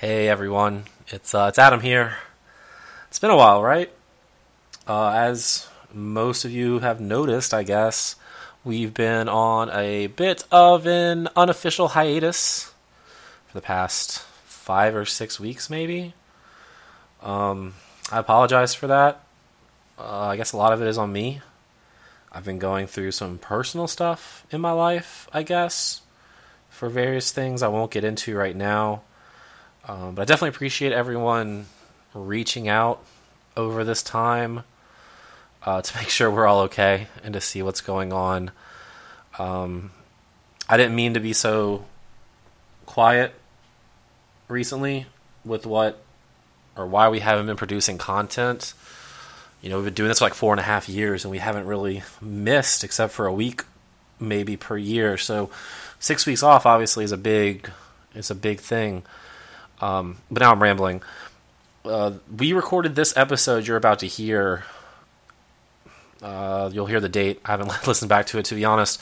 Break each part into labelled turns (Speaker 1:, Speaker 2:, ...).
Speaker 1: Hey everyone, it's uh, it's Adam here. It's been a while, right? Uh, as most of you have noticed, I guess we've been on a bit of an unofficial hiatus for the past five or six weeks, maybe. Um, I apologize for that. Uh, I guess a lot of it is on me. I've been going through some personal stuff in my life, I guess, for various things I won't get into right now. Um, but I definitely appreciate everyone reaching out over this time uh, to make sure we're all okay and to see what's going on. Um, I didn't mean to be so quiet recently with what or why we haven't been producing content. You know, we've been doing this for like four and a half years and we haven't really missed except for a week maybe per year. So six weeks off obviously is a big it's a big thing. Um, but now I'm rambling. Uh, we recorded this episode you're about to hear. Uh, you'll hear the date. I haven't listened back to it, to be honest.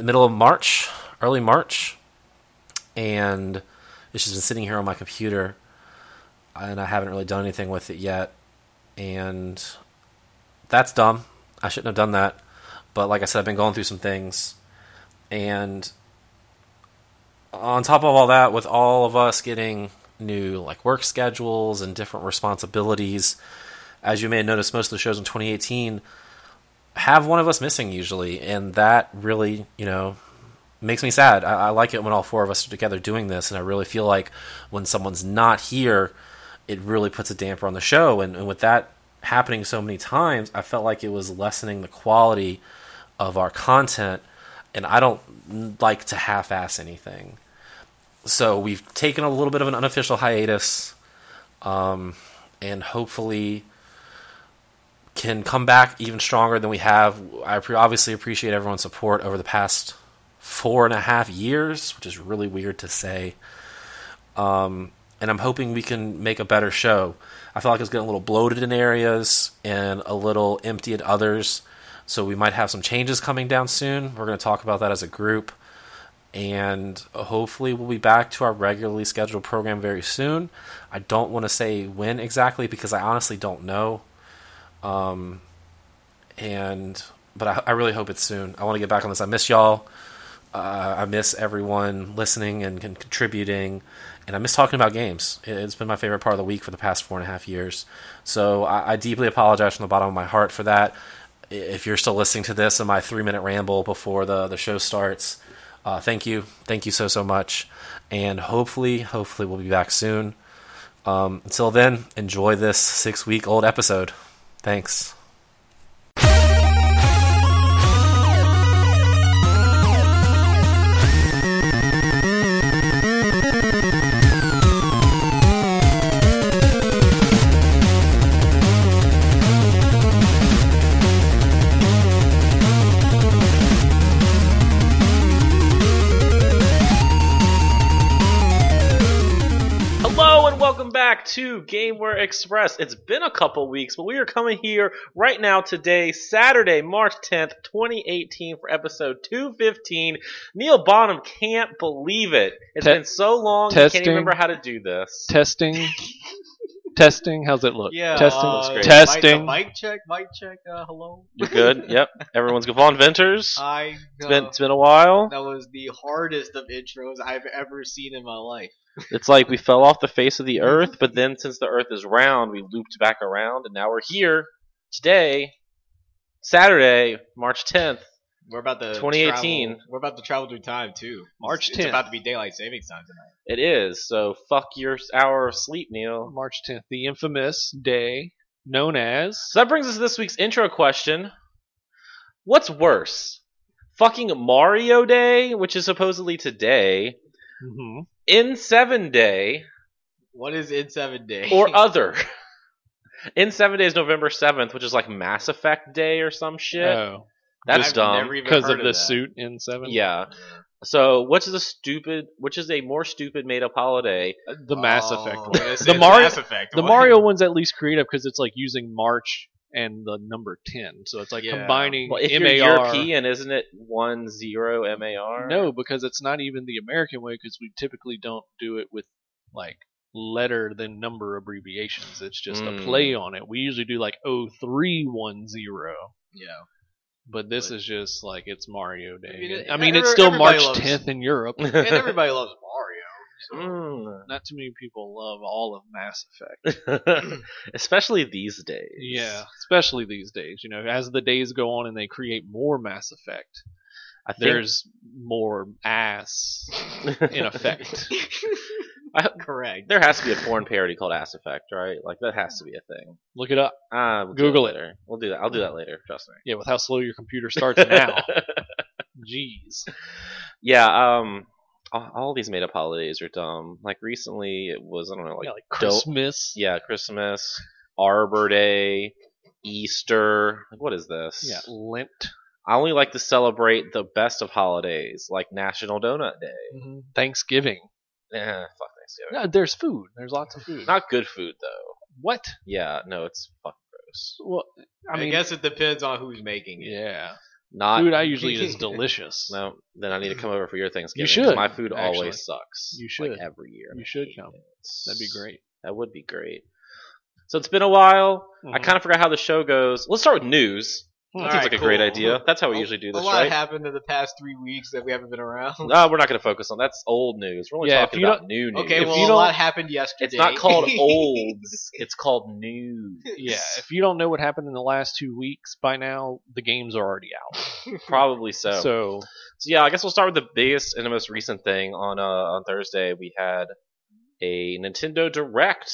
Speaker 1: Middle of March, early March. And it's just been sitting here on my computer. And I haven't really done anything with it yet. And that's dumb. I shouldn't have done that. But like I said, I've been going through some things. And on top of all that, with all of us getting new like work schedules and different responsibilities, as you may have noticed, most of the shows in 2018 have one of us missing usually, and that really, you know, makes me sad. I, I like it when all four of us are together doing this, and I really feel like when someone's not here, it really puts a damper on the show. And, and with that happening so many times, I felt like it was lessening the quality of our content. And I don't like to half ass anything so we've taken a little bit of an unofficial hiatus um, and hopefully can come back even stronger than we have i pre- obviously appreciate everyone's support over the past four and a half years which is really weird to say um, and i'm hoping we can make a better show i feel like it's getting a little bloated in areas and a little empty at others so we might have some changes coming down soon we're going to talk about that as a group and hopefully we'll be back to our regularly scheduled program very soon. I don't want to say when exactly because I honestly don't know. Um, and but I, I really hope it's soon. I want to get back on this. I miss y'all. Uh, I miss everyone listening and, and contributing, and I miss talking about games. It, has been my favorite part of the week for the past four and a half years. So I, I deeply apologize from the bottom of my heart for that. If you're still listening to this in my three minute ramble before the, the show starts, uh, thank you thank you so so much and hopefully hopefully we'll be back soon um, until then enjoy this six week old episode thanks
Speaker 2: Hello and welcome back to Gameware Express. It's been a couple weeks, but we are coming here right now today, Saturday, March 10th, 2018, for episode 215. Neil Bonham can't believe it. It's
Speaker 3: Te-
Speaker 2: been so long, he
Speaker 3: testing.
Speaker 2: can't remember how to do this.
Speaker 3: testing testing how's it look
Speaker 4: Yeah.
Speaker 3: testing
Speaker 4: uh,
Speaker 2: Looks great.
Speaker 3: testing
Speaker 4: Mic, mic check. Mic check. Uh, hello.
Speaker 2: You're good? Yep. Everyone's good. Vaughn Venters?
Speaker 4: I. Uh,
Speaker 2: It's been, it's been a while.
Speaker 4: that was the hardest of intros I've ever seen in my life.
Speaker 2: It's like we fell off the face of the earth, but then since the earth is round, we looped back around, and now we're here today, Saturday, March 10th.
Speaker 4: We're about to
Speaker 2: 2018.
Speaker 4: travel- we're about to travel through time too.
Speaker 3: March
Speaker 4: It's, it's
Speaker 3: 10th.
Speaker 4: about to be daylight savings time
Speaker 2: It
Speaker 4: tonight.
Speaker 2: is. So fuck your hour of sleep, Neil.
Speaker 3: march 10th the infamous day known as
Speaker 2: So that brings us to this week's intro question. What's worse? Fucking Mario Day, which is supposedly today,
Speaker 3: Mhm.
Speaker 2: N7 Day,
Speaker 4: What is in seven day?
Speaker 2: or other? N7 Day is November 7th, which is like Mass Effect Day or some shit.
Speaker 3: oh
Speaker 2: That's
Speaker 4: I've
Speaker 2: dumb.
Speaker 4: never even
Speaker 3: because
Speaker 4: heard
Speaker 3: of the
Speaker 4: that.
Speaker 3: suit in seven
Speaker 2: Yeah. So, which is a stupid, which is a more stupid made up holiday?
Speaker 3: Uh, the mass
Speaker 4: Oh,
Speaker 3: effect one.
Speaker 4: this
Speaker 3: The
Speaker 4: is
Speaker 3: Mario-
Speaker 4: Mass Effect
Speaker 3: the
Speaker 4: one.
Speaker 3: mario one's at least creative because it's like using march and the number 10 so it's like
Speaker 4: Yeah.
Speaker 3: combining
Speaker 2: Well, if
Speaker 3: mar
Speaker 2: you're European, isn't it 1 0 MAR?
Speaker 3: no because it's not even the american way because we typically don't do it with like letter than number abbreviations. It's just
Speaker 2: Mm.
Speaker 3: a play on it. We usually do like 0310,
Speaker 4: Yeah.
Speaker 3: but this
Speaker 4: But-
Speaker 3: is just like it's Mario Day. I mean,
Speaker 4: it-
Speaker 3: it's
Speaker 4: every-
Speaker 3: still
Speaker 4: everybody
Speaker 3: March
Speaker 4: loves-
Speaker 3: 10th in Europe.
Speaker 4: And everybody loves Mario.
Speaker 2: Mm.
Speaker 3: Not too many people love all of Mass Effect.
Speaker 2: Especially these days.
Speaker 3: yeah, especially these days. You know, as the days go on and they create more Mass Effect,
Speaker 2: I think
Speaker 3: there's more ass in effect.
Speaker 4: Correct.
Speaker 2: there has to be a porn parody called Ass Effect, right? Like that has to be a thing.
Speaker 3: Look it up.
Speaker 2: Uh, we'll do
Speaker 3: Google it.
Speaker 2: later. We'll do that. I'll do that later. Trust me.
Speaker 3: Yeah, with how slow your computer starts now. Jeez.
Speaker 2: yeah. Um. All, all these made up holidays are dumb. Like recently, it was I don't know, like
Speaker 3: Oh, Yeah, like
Speaker 2: Del-
Speaker 3: Christmas.
Speaker 2: yeah, Christmas, Arbor Day, Easter. Like, what is this?
Speaker 3: Yeah, Lent.
Speaker 2: I only like to celebrate the best of holidays, like National Donut Day.
Speaker 3: Mm-hmm. Thanksgiving.
Speaker 2: Eh, fuck Thanksgiving.
Speaker 3: No, there's food. There's lots of food.
Speaker 2: Not good food though.
Speaker 3: what?
Speaker 2: Yeah, no, it's fucking gross.
Speaker 3: Well,
Speaker 4: I,
Speaker 3: I mean,
Speaker 4: guess it depends on who's making it.
Speaker 3: yeah.
Speaker 2: Not
Speaker 3: food I usually eat is delicious.
Speaker 2: No, then I need to come over for your Thanksgiving. 'cause
Speaker 3: should,
Speaker 2: My food
Speaker 3: actually.
Speaker 2: always sucks.
Speaker 3: You
Speaker 2: Like
Speaker 3: should.
Speaker 2: every year.
Speaker 3: You
Speaker 2: I
Speaker 3: should
Speaker 2: hate
Speaker 3: come.
Speaker 2: it.
Speaker 3: That'd be great.
Speaker 2: That would be great. So it's been a while. I
Speaker 4: Mm-hmm.
Speaker 3: Mhm.
Speaker 2: kind of forgot how the show goes. Let's start with news. That
Speaker 3: Hmm.
Speaker 2: seems
Speaker 4: Alright,
Speaker 2: like a
Speaker 4: cool.
Speaker 2: great idea. That's how we
Speaker 4: A-
Speaker 2: usually do
Speaker 4: A
Speaker 2: this,
Speaker 4: lot
Speaker 2: right?
Speaker 4: happened in the past three weeks that we haven't been around.
Speaker 2: no, we're not going to focus on that's old news. We're only
Speaker 3: Yeah, if
Speaker 2: talking
Speaker 3: you
Speaker 2: about new news.
Speaker 4: Okay,
Speaker 3: If
Speaker 4: well,
Speaker 3: you
Speaker 4: a
Speaker 3: don't-
Speaker 4: lot happened yesterday.
Speaker 2: it's not called olds. It's called news.
Speaker 3: Yeah, if you don't know what happened in the last two weeks by now, the games are already out.
Speaker 2: Probably so. so.
Speaker 3: So,
Speaker 2: yeah, I guess we'll start with the biggest and the most recent thing on uh, on Thursday. We had a Nintendo Direct.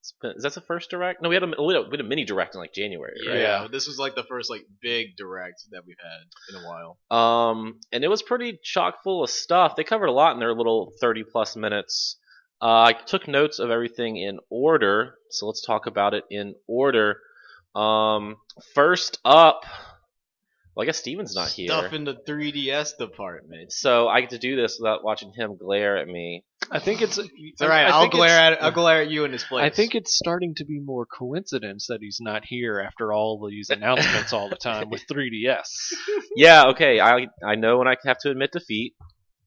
Speaker 2: It's been- Is that the first Direct? No, we had a we had a, we had a mini Direct in like January.
Speaker 4: Yeah,
Speaker 2: Right?
Speaker 3: Yeah.
Speaker 4: but this was like the first like big direct that we've had in a while.
Speaker 2: Um, and it was pretty chock full of stuff. They covered a lot in their little 30 plus minutes. Uh, I took notes of everything in order, so let's talk about it in order. Um, first up, well, I guess Steven's not here,
Speaker 4: Stuff in the 3DS department.
Speaker 2: so I get to do this without watching him glare at me.
Speaker 3: I think it's.
Speaker 4: It's all right. I, will
Speaker 3: think
Speaker 4: glare
Speaker 3: it's-
Speaker 4: at I'll glare at you in his place.
Speaker 3: I think it's starting to be more coincidence that he's not here after all these announcements all the time with 3DS.
Speaker 2: yeah, okay, I I know when I have to admit defeat,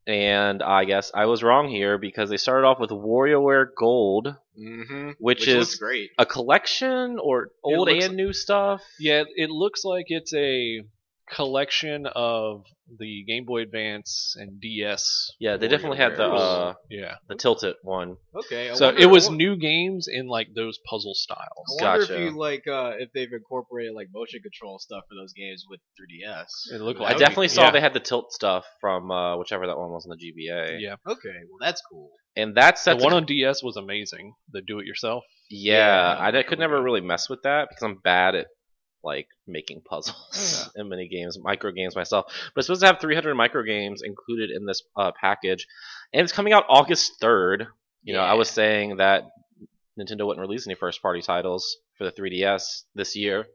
Speaker 2: and I guess I was wrong here because they started off with WarioWare Gold,
Speaker 4: mm-hmm.
Speaker 2: which,
Speaker 4: which
Speaker 2: is
Speaker 4: looks great.
Speaker 2: a collection or
Speaker 3: It
Speaker 2: old and
Speaker 3: looks-
Speaker 2: new stuff.
Speaker 3: Yeah, it looks like it's a collection of the Game Boy Advance and DS.
Speaker 2: Yeah, they definitely had the
Speaker 3: Warriors.
Speaker 2: uh,
Speaker 3: Yeah.
Speaker 2: the tilted one.
Speaker 4: Okay. I
Speaker 3: So
Speaker 4: wonder-
Speaker 3: it was
Speaker 4: I wo-
Speaker 3: new games in like those puzzle
Speaker 4: I
Speaker 3: styles.
Speaker 4: wonder
Speaker 2: Gotcha.
Speaker 4: if you like uh, if they've incorporated like motion control stuff for those games with 3DS.
Speaker 3: It looked
Speaker 4: That
Speaker 3: like
Speaker 2: I
Speaker 4: would be
Speaker 2: definitely
Speaker 4: cool.
Speaker 2: saw
Speaker 3: yeah.
Speaker 2: they had the tilt stuff from uh, whichever that one was on the GBA.
Speaker 3: Yeah.
Speaker 4: Okay, well that's cool.
Speaker 2: And that's
Speaker 3: The
Speaker 2: that's
Speaker 3: one
Speaker 2: a-
Speaker 3: on DS was amazing. The do it yourself.
Speaker 2: yeah,
Speaker 4: yeah,
Speaker 2: I d- could
Speaker 4: really
Speaker 2: never
Speaker 4: good.
Speaker 2: really mess with that because I'm bad at like making puzzles and mini games, micro games myself. But it's supposed to have 300 micro games included in this uh, package, and it's coming out August 3rd. You know, I
Speaker 4: Yeah.
Speaker 2: was saying that Nintendo wouldn't release any first party titles for the 3DS this year.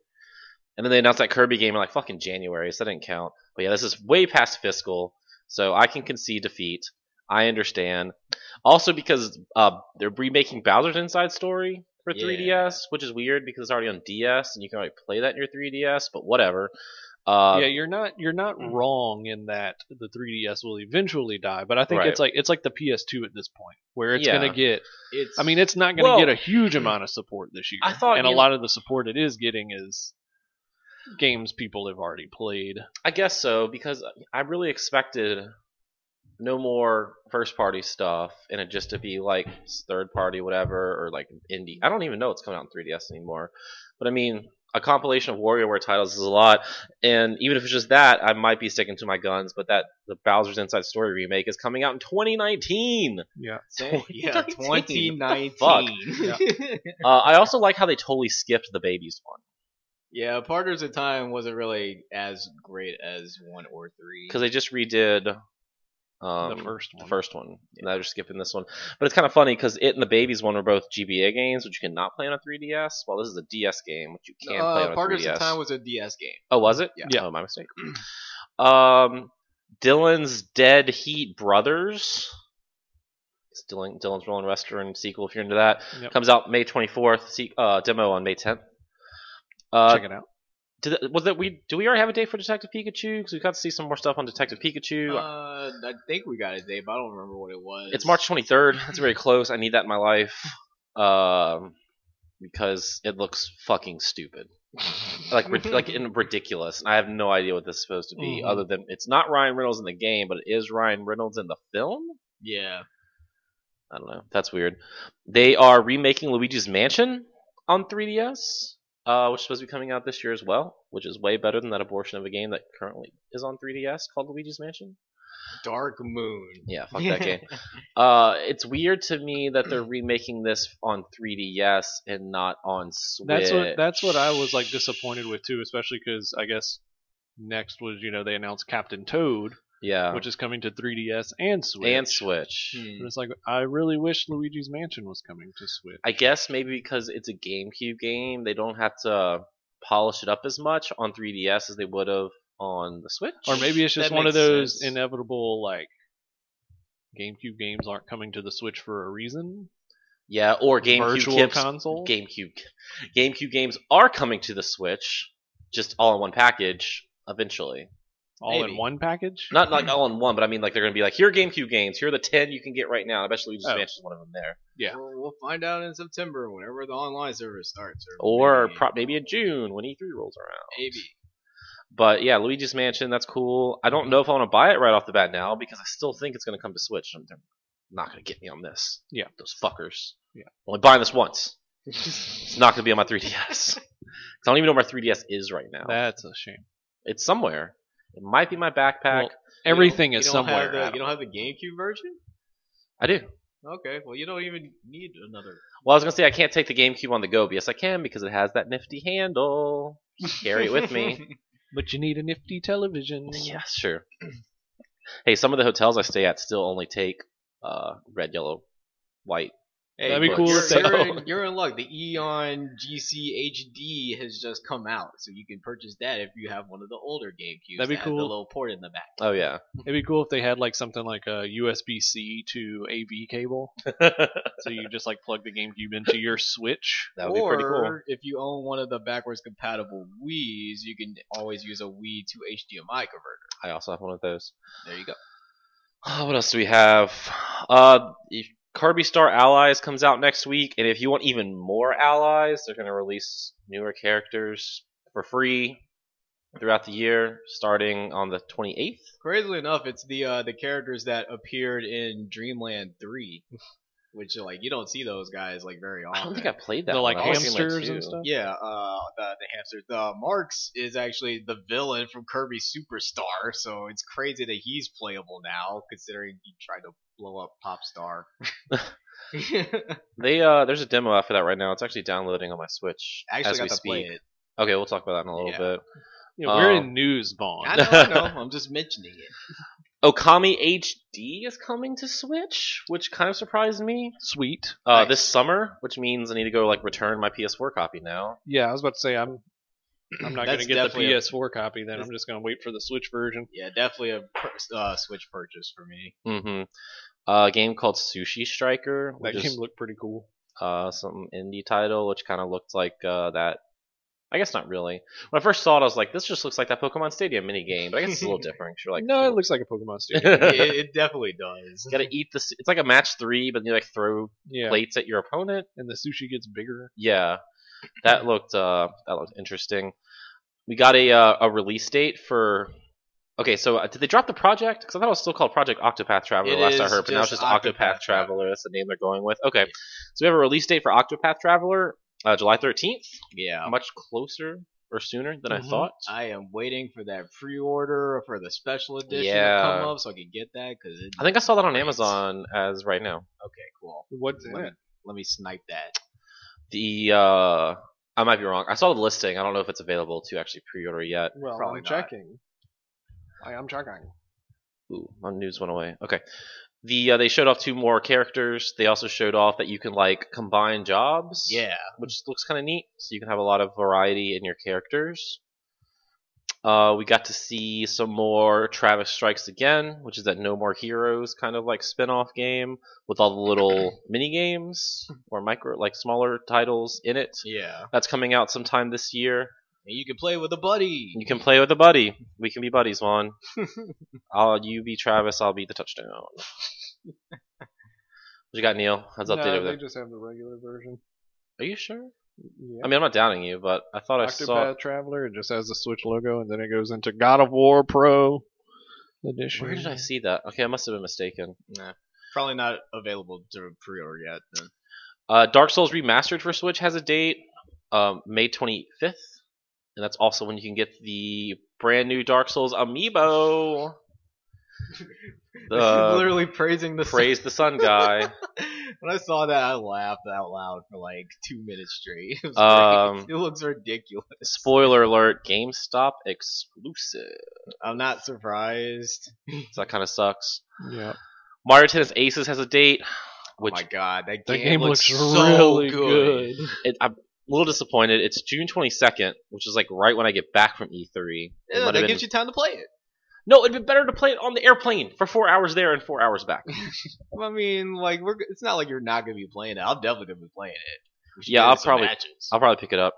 Speaker 2: And then they announced that Kirby game in like fucking January, so that didn't count. But yeah, this is way past fiscal, so I can concede defeat. I understand. Also, because uh, they're remaking Bowser's Inside Story for
Speaker 4: Yeah.
Speaker 2: 3DS, which is weird because it's already on DS and you can already play that in your 3DS, but whatever. Uh, mm.
Speaker 3: yeah, you're not you're not wrong in that the 3DS will eventually die, but I think
Speaker 2: Right.
Speaker 3: it's like it's like the PS2 at this point where it's
Speaker 2: Yeah.
Speaker 3: going to get
Speaker 4: It's
Speaker 3: I mean, it's not going to
Speaker 2: Well-
Speaker 3: get a huge amount of support this year.
Speaker 2: I thought
Speaker 3: and a
Speaker 2: you-
Speaker 3: lot of the support it is getting is games people have already played.
Speaker 2: I guess so because I really expected no more first party stuff and it just to be like third party whatever or like indie. I don't even know it's coming out in 3DS anymore. But I mean, a compilation of WarioWare titles is a lot and even if it's just that, I might be sticking to my guns, but that the Bowser's Inside Story remake is coming out in 2019.
Speaker 3: Yeah.
Speaker 4: say- yeah,
Speaker 2: 2019.
Speaker 4: 2019.
Speaker 2: What Uh, I also like how they totally skipped the babies one
Speaker 4: yeah, Partners in Time wasn't really as great as one or three.
Speaker 2: because they just redid um,
Speaker 3: the first one.
Speaker 2: the first one. Now they're skipping this one. But it's kind of funny because it and the Babies one were both GBA games, which you cannot play on a 3DS. While this is a DS game, which you can play on
Speaker 4: uh,
Speaker 2: a
Speaker 4: Partners
Speaker 2: 3DS.
Speaker 4: in Time was a DS game.
Speaker 2: oh, was it?
Speaker 4: Yeah.
Speaker 3: Yeah.
Speaker 2: Oh, my mistake. um, Dylan's Dead Heat Brothers. It's Dylan, Dylan's Rolling Western sequel, if you're into that.
Speaker 3: Yep.
Speaker 2: Comes out May 24th, se- uh, demo on May 10th. Uh,
Speaker 3: Check it out.
Speaker 2: Did, was that we? Do we already have a date for Detective Pikachu? Because we got to see some more stuff on Detective Pikachu.
Speaker 4: Uh, I think we got a date, but I don't remember what it was.
Speaker 2: it's March 23rd. That's very close. I need that in my life. Um, because it looks fucking stupid. like rid- like in ridiculous. And I have no idea what this is supposed to be
Speaker 4: Mhm.
Speaker 2: other than it's not Ryan Reynolds in the game, but it is Ryan Reynolds in the film.
Speaker 4: Yeah.
Speaker 2: I don't know. That's weird. They are remaking Luigi's Mansion on 3DS, uh, which is supposed to be coming out this year as well, which is way better than that abortion of a game that currently is on 3DS called Luigi's Mansion.
Speaker 4: Dark Moon.
Speaker 2: Yeah, fuck that game. Uh, it's weird to me that they're remaking this on 3DS and not on Switch.
Speaker 3: That's what that's what I was like disappointed with too, especially because I guess next was you know they announced Captain Toad,
Speaker 2: Yeah,
Speaker 3: which is coming to 3DS and Switch.
Speaker 2: and Switch.
Speaker 4: Hmm.
Speaker 3: And it's like I really wish Luigi's Mansion was coming to Switch.
Speaker 2: I guess maybe because it's a GameCube game, they don't have to polish it up as much on 3DS as they would have on the Switch.
Speaker 3: Or maybe it's just
Speaker 4: That
Speaker 3: one of
Speaker 4: makes
Speaker 3: those
Speaker 4: sense.
Speaker 3: inevitable like GameCube games aren't coming to the Switch for a reason.
Speaker 2: yeah, or GameCube
Speaker 3: Virtual
Speaker 2: kips-
Speaker 3: console.
Speaker 2: GameCube GameCube games are coming to the Switch, just all in one package eventually.
Speaker 3: all
Speaker 4: maybe.
Speaker 3: in one package.
Speaker 2: Not like all in one, but I mean like they're gonna be like, here are GameCube games, here are the ten you can get right now. I bet Luigi's
Speaker 3: Oh.
Speaker 2: Mansion is one of them there.
Speaker 3: Yeah.
Speaker 4: We'll, we'll find out in September whenever the online service starts.
Speaker 2: Or
Speaker 4: maybe-
Speaker 2: pro- maybe in June when E3 rolls around.
Speaker 4: maybe.
Speaker 2: But yeah, Luigi's Mansion, that's cool. I
Speaker 3: Hmm.
Speaker 2: don't know if I want to buy it right off the bat now because I still think it's going to come to Switch. I'm, they're not going to get me on this.
Speaker 3: Yeah.
Speaker 2: Those fuckers.
Speaker 3: Yeah.
Speaker 2: I'm only buying this once. it's not going to be on my 3DS. 'Cause I don't even know where my 3DS is right now.
Speaker 3: That's a shame.
Speaker 2: it's somewhere. It might be my backpack.
Speaker 3: Well, Everything
Speaker 4: You
Speaker 3: is
Speaker 4: don't have
Speaker 3: somewhere.
Speaker 4: the-
Speaker 3: Adam.
Speaker 4: you don't have the GameCube version?
Speaker 2: I do.
Speaker 4: Okay, well, you don't even need another.
Speaker 2: Well, I was going to say I can't take the GameCube on the go, but yes, I can because it has that nifty handle. Carry it with me.
Speaker 3: But you need a nifty television.
Speaker 2: Yeah, sure. hey, some of the hotels I stay at still only take uh, red, yellow, white.
Speaker 4: Hey,
Speaker 3: That'd be
Speaker 4: look,
Speaker 3: cool
Speaker 4: You're,
Speaker 3: if they-
Speaker 4: you're in, you're in luck. The Eon GC HD has just come out, so you can purchase that if you have one of the older GameCubes.
Speaker 3: That'd be
Speaker 4: that had
Speaker 3: cool.
Speaker 4: The little port in the back.
Speaker 2: Oh yeah.
Speaker 3: It'd be cool if they had like something like a USB C to AV cable,
Speaker 2: that
Speaker 3: so you just like plug the GameCube into your Switch.
Speaker 2: would be pretty cool.
Speaker 4: Or if you own one of the backwards compatible Wii's, you can always use a Wii to HDMI converter.
Speaker 2: I also have one of those.
Speaker 4: There you go.
Speaker 2: Uh, what else do we have? Uh, if Kirby Star Allies comes out next week, and if you want even more allies, they're going to release newer characters for free throughout the year, starting on the 28th.
Speaker 4: Crazily enough, it's the uh, the characters that appeared in Dreamland Three, which like you don't see those guys like very often.
Speaker 2: I don't think I played that.
Speaker 3: the
Speaker 2: one.
Speaker 3: like
Speaker 2: I've only seen, like,
Speaker 3: hamsters
Speaker 2: two.
Speaker 3: and stuff.
Speaker 4: Yeah, uh, the, the hamster. The Marks is actually the villain from Kirby Superstar, so it's crazy that he's playable now, considering he tried to blow up Popstar.
Speaker 2: They uh, there's a demo out for that right now. It's actually downloading on my Switch
Speaker 4: actually,
Speaker 2: as we
Speaker 4: got to
Speaker 2: speak.
Speaker 4: play it.
Speaker 2: Okay, we'll talk about that in a little
Speaker 4: Yeah.
Speaker 2: bit.
Speaker 3: Yeah, we're
Speaker 2: Oh.
Speaker 4: Um,
Speaker 3: in news, Vaughn.
Speaker 4: I know, I know. I'm just mentioning it.
Speaker 2: Okami HD is coming to Switch, which kind of surprised me.
Speaker 3: Sweet.
Speaker 2: Uh,
Speaker 4: Nice.
Speaker 2: This summer, which means I need to go like return my PS4 copy now.
Speaker 3: Yeah, I was about to say I'm. I'm not going
Speaker 4: Mm. That's
Speaker 3: to get the
Speaker 4: definitely a-
Speaker 3: PS4 copy. Then I'm just going to wait for the Switch version.
Speaker 4: Yeah, definitely a pur- uh, Switch purchase for me.
Speaker 2: Mm-hmm. Uh, a game called Sushi Striker,
Speaker 3: That
Speaker 2: which
Speaker 3: game
Speaker 2: is
Speaker 3: looked pretty cool.
Speaker 2: uh, some indie title, which kind of looked like uh, that. I guess not really. When I first saw it, I was like, "This just looks like that Pokemon Stadium minigame," but I guess it's a little different. 'cause You're like,
Speaker 3: no, it looks like a Pokemon Stadium.
Speaker 4: it,
Speaker 2: you
Speaker 4: it definitely does.
Speaker 2: gotta eat this. It's like a match three, but you like throw
Speaker 3: yeah,
Speaker 2: plates at your opponent.
Speaker 3: and the sushi gets bigger.
Speaker 2: Yeah, that looked uh, that looked interesting. We got a uh, a release date for. Okay, so uh, did they drop the project? Because I thought it was still called Project Octopath Traveler
Speaker 4: It
Speaker 2: last I
Speaker 4: is
Speaker 2: heard, but now it's just
Speaker 4: just
Speaker 2: Octopath,
Speaker 4: Octopath
Speaker 2: Traveler. That's the name they're going with. Okay, so we have a release date for Octopath Traveler, uh, July thirteenth.
Speaker 4: Yeah.
Speaker 2: Much closer or sooner than I
Speaker 3: Mhm.
Speaker 2: thought.
Speaker 4: Oh. Mm-hmm. I am waiting for that pre-order for the special edition
Speaker 2: Yeah.
Speaker 4: to come up so I can get that because
Speaker 2: I think I saw that on Amazon as right now.
Speaker 4: okay, cool.
Speaker 3: What's
Speaker 4: Let me,
Speaker 3: that?
Speaker 4: let me snipe that.
Speaker 2: The uh, I might be wrong. I saw the listing. I don't know if it's available to actually pre-order yet.
Speaker 3: Well,
Speaker 4: Probably
Speaker 3: I'm
Speaker 4: not.
Speaker 3: checking. I am checking.
Speaker 2: Ooh, my news went away. Okay. The uh, they showed off two more characters. They also showed off that you can like combine jobs.
Speaker 4: Yeah.
Speaker 2: Which looks kind of neat. So you can have a lot of variety in your characters. Uh, we got to see some more Travis Strikes Again, which is that No More Heroes kind of like spin off game with all the little mini games or micro like smaller titles in it.
Speaker 4: Yeah.
Speaker 2: That's coming out sometime this year.
Speaker 4: And you can play with a buddy.
Speaker 2: You can play with a buddy. We can be buddies, Juan. I'll you be Travis. I'll be the touchdown. what you got, Neil? How's
Speaker 3: No,
Speaker 2: update over
Speaker 3: they
Speaker 2: there?
Speaker 3: just have the regular version.
Speaker 2: Are you sure?
Speaker 3: Yeah.
Speaker 2: I mean, I'm not doubting you, but I thought I
Speaker 3: Octopath
Speaker 2: saw.
Speaker 3: Traveler. It just has the Switch logo, and then it goes into God of War Pro edition.
Speaker 2: Where did I see that? Okay, I must have been mistaken.
Speaker 4: Nah, probably not available to pre-order yet. Then.
Speaker 2: Uh, Dark Souls Remastered for Switch has a date, um, May 25th, and that's also when you can get the brand new Dark Souls amiibo. The
Speaker 4: literally praising the
Speaker 2: praise the sun guy.
Speaker 4: when I saw that, I laughed out loud for like two minutes straight. It, was
Speaker 2: Um,
Speaker 4: great. it looks ridiculous.
Speaker 2: Spoiler alert: GameStop exclusive.
Speaker 4: I'm not surprised.
Speaker 2: So that kind of sucks.
Speaker 3: Yeah.
Speaker 2: Mario Tennis Aces has a date,
Speaker 4: Oh
Speaker 2: which
Speaker 4: my god, that
Speaker 3: That
Speaker 4: game,
Speaker 3: game
Speaker 4: looks,
Speaker 3: looks
Speaker 4: so
Speaker 3: really
Speaker 4: good.
Speaker 3: good.
Speaker 2: it, I'm a little disappointed. It's June 22nd, which is like right when I get back from E3. It might
Speaker 4: Yeah,
Speaker 2: have
Speaker 4: that
Speaker 2: been-
Speaker 4: gives you time to play it.
Speaker 2: no, it'd be better to play it on the airplane for four hours there and four hours back.
Speaker 4: I mean, like we're. It's not like you're not gonna be playing it. I'm definitely gonna be playing it. We should
Speaker 2: Yeah,
Speaker 4: get in
Speaker 2: I'll
Speaker 4: some
Speaker 2: probably-
Speaker 4: matches.
Speaker 2: I'll probably pick it up.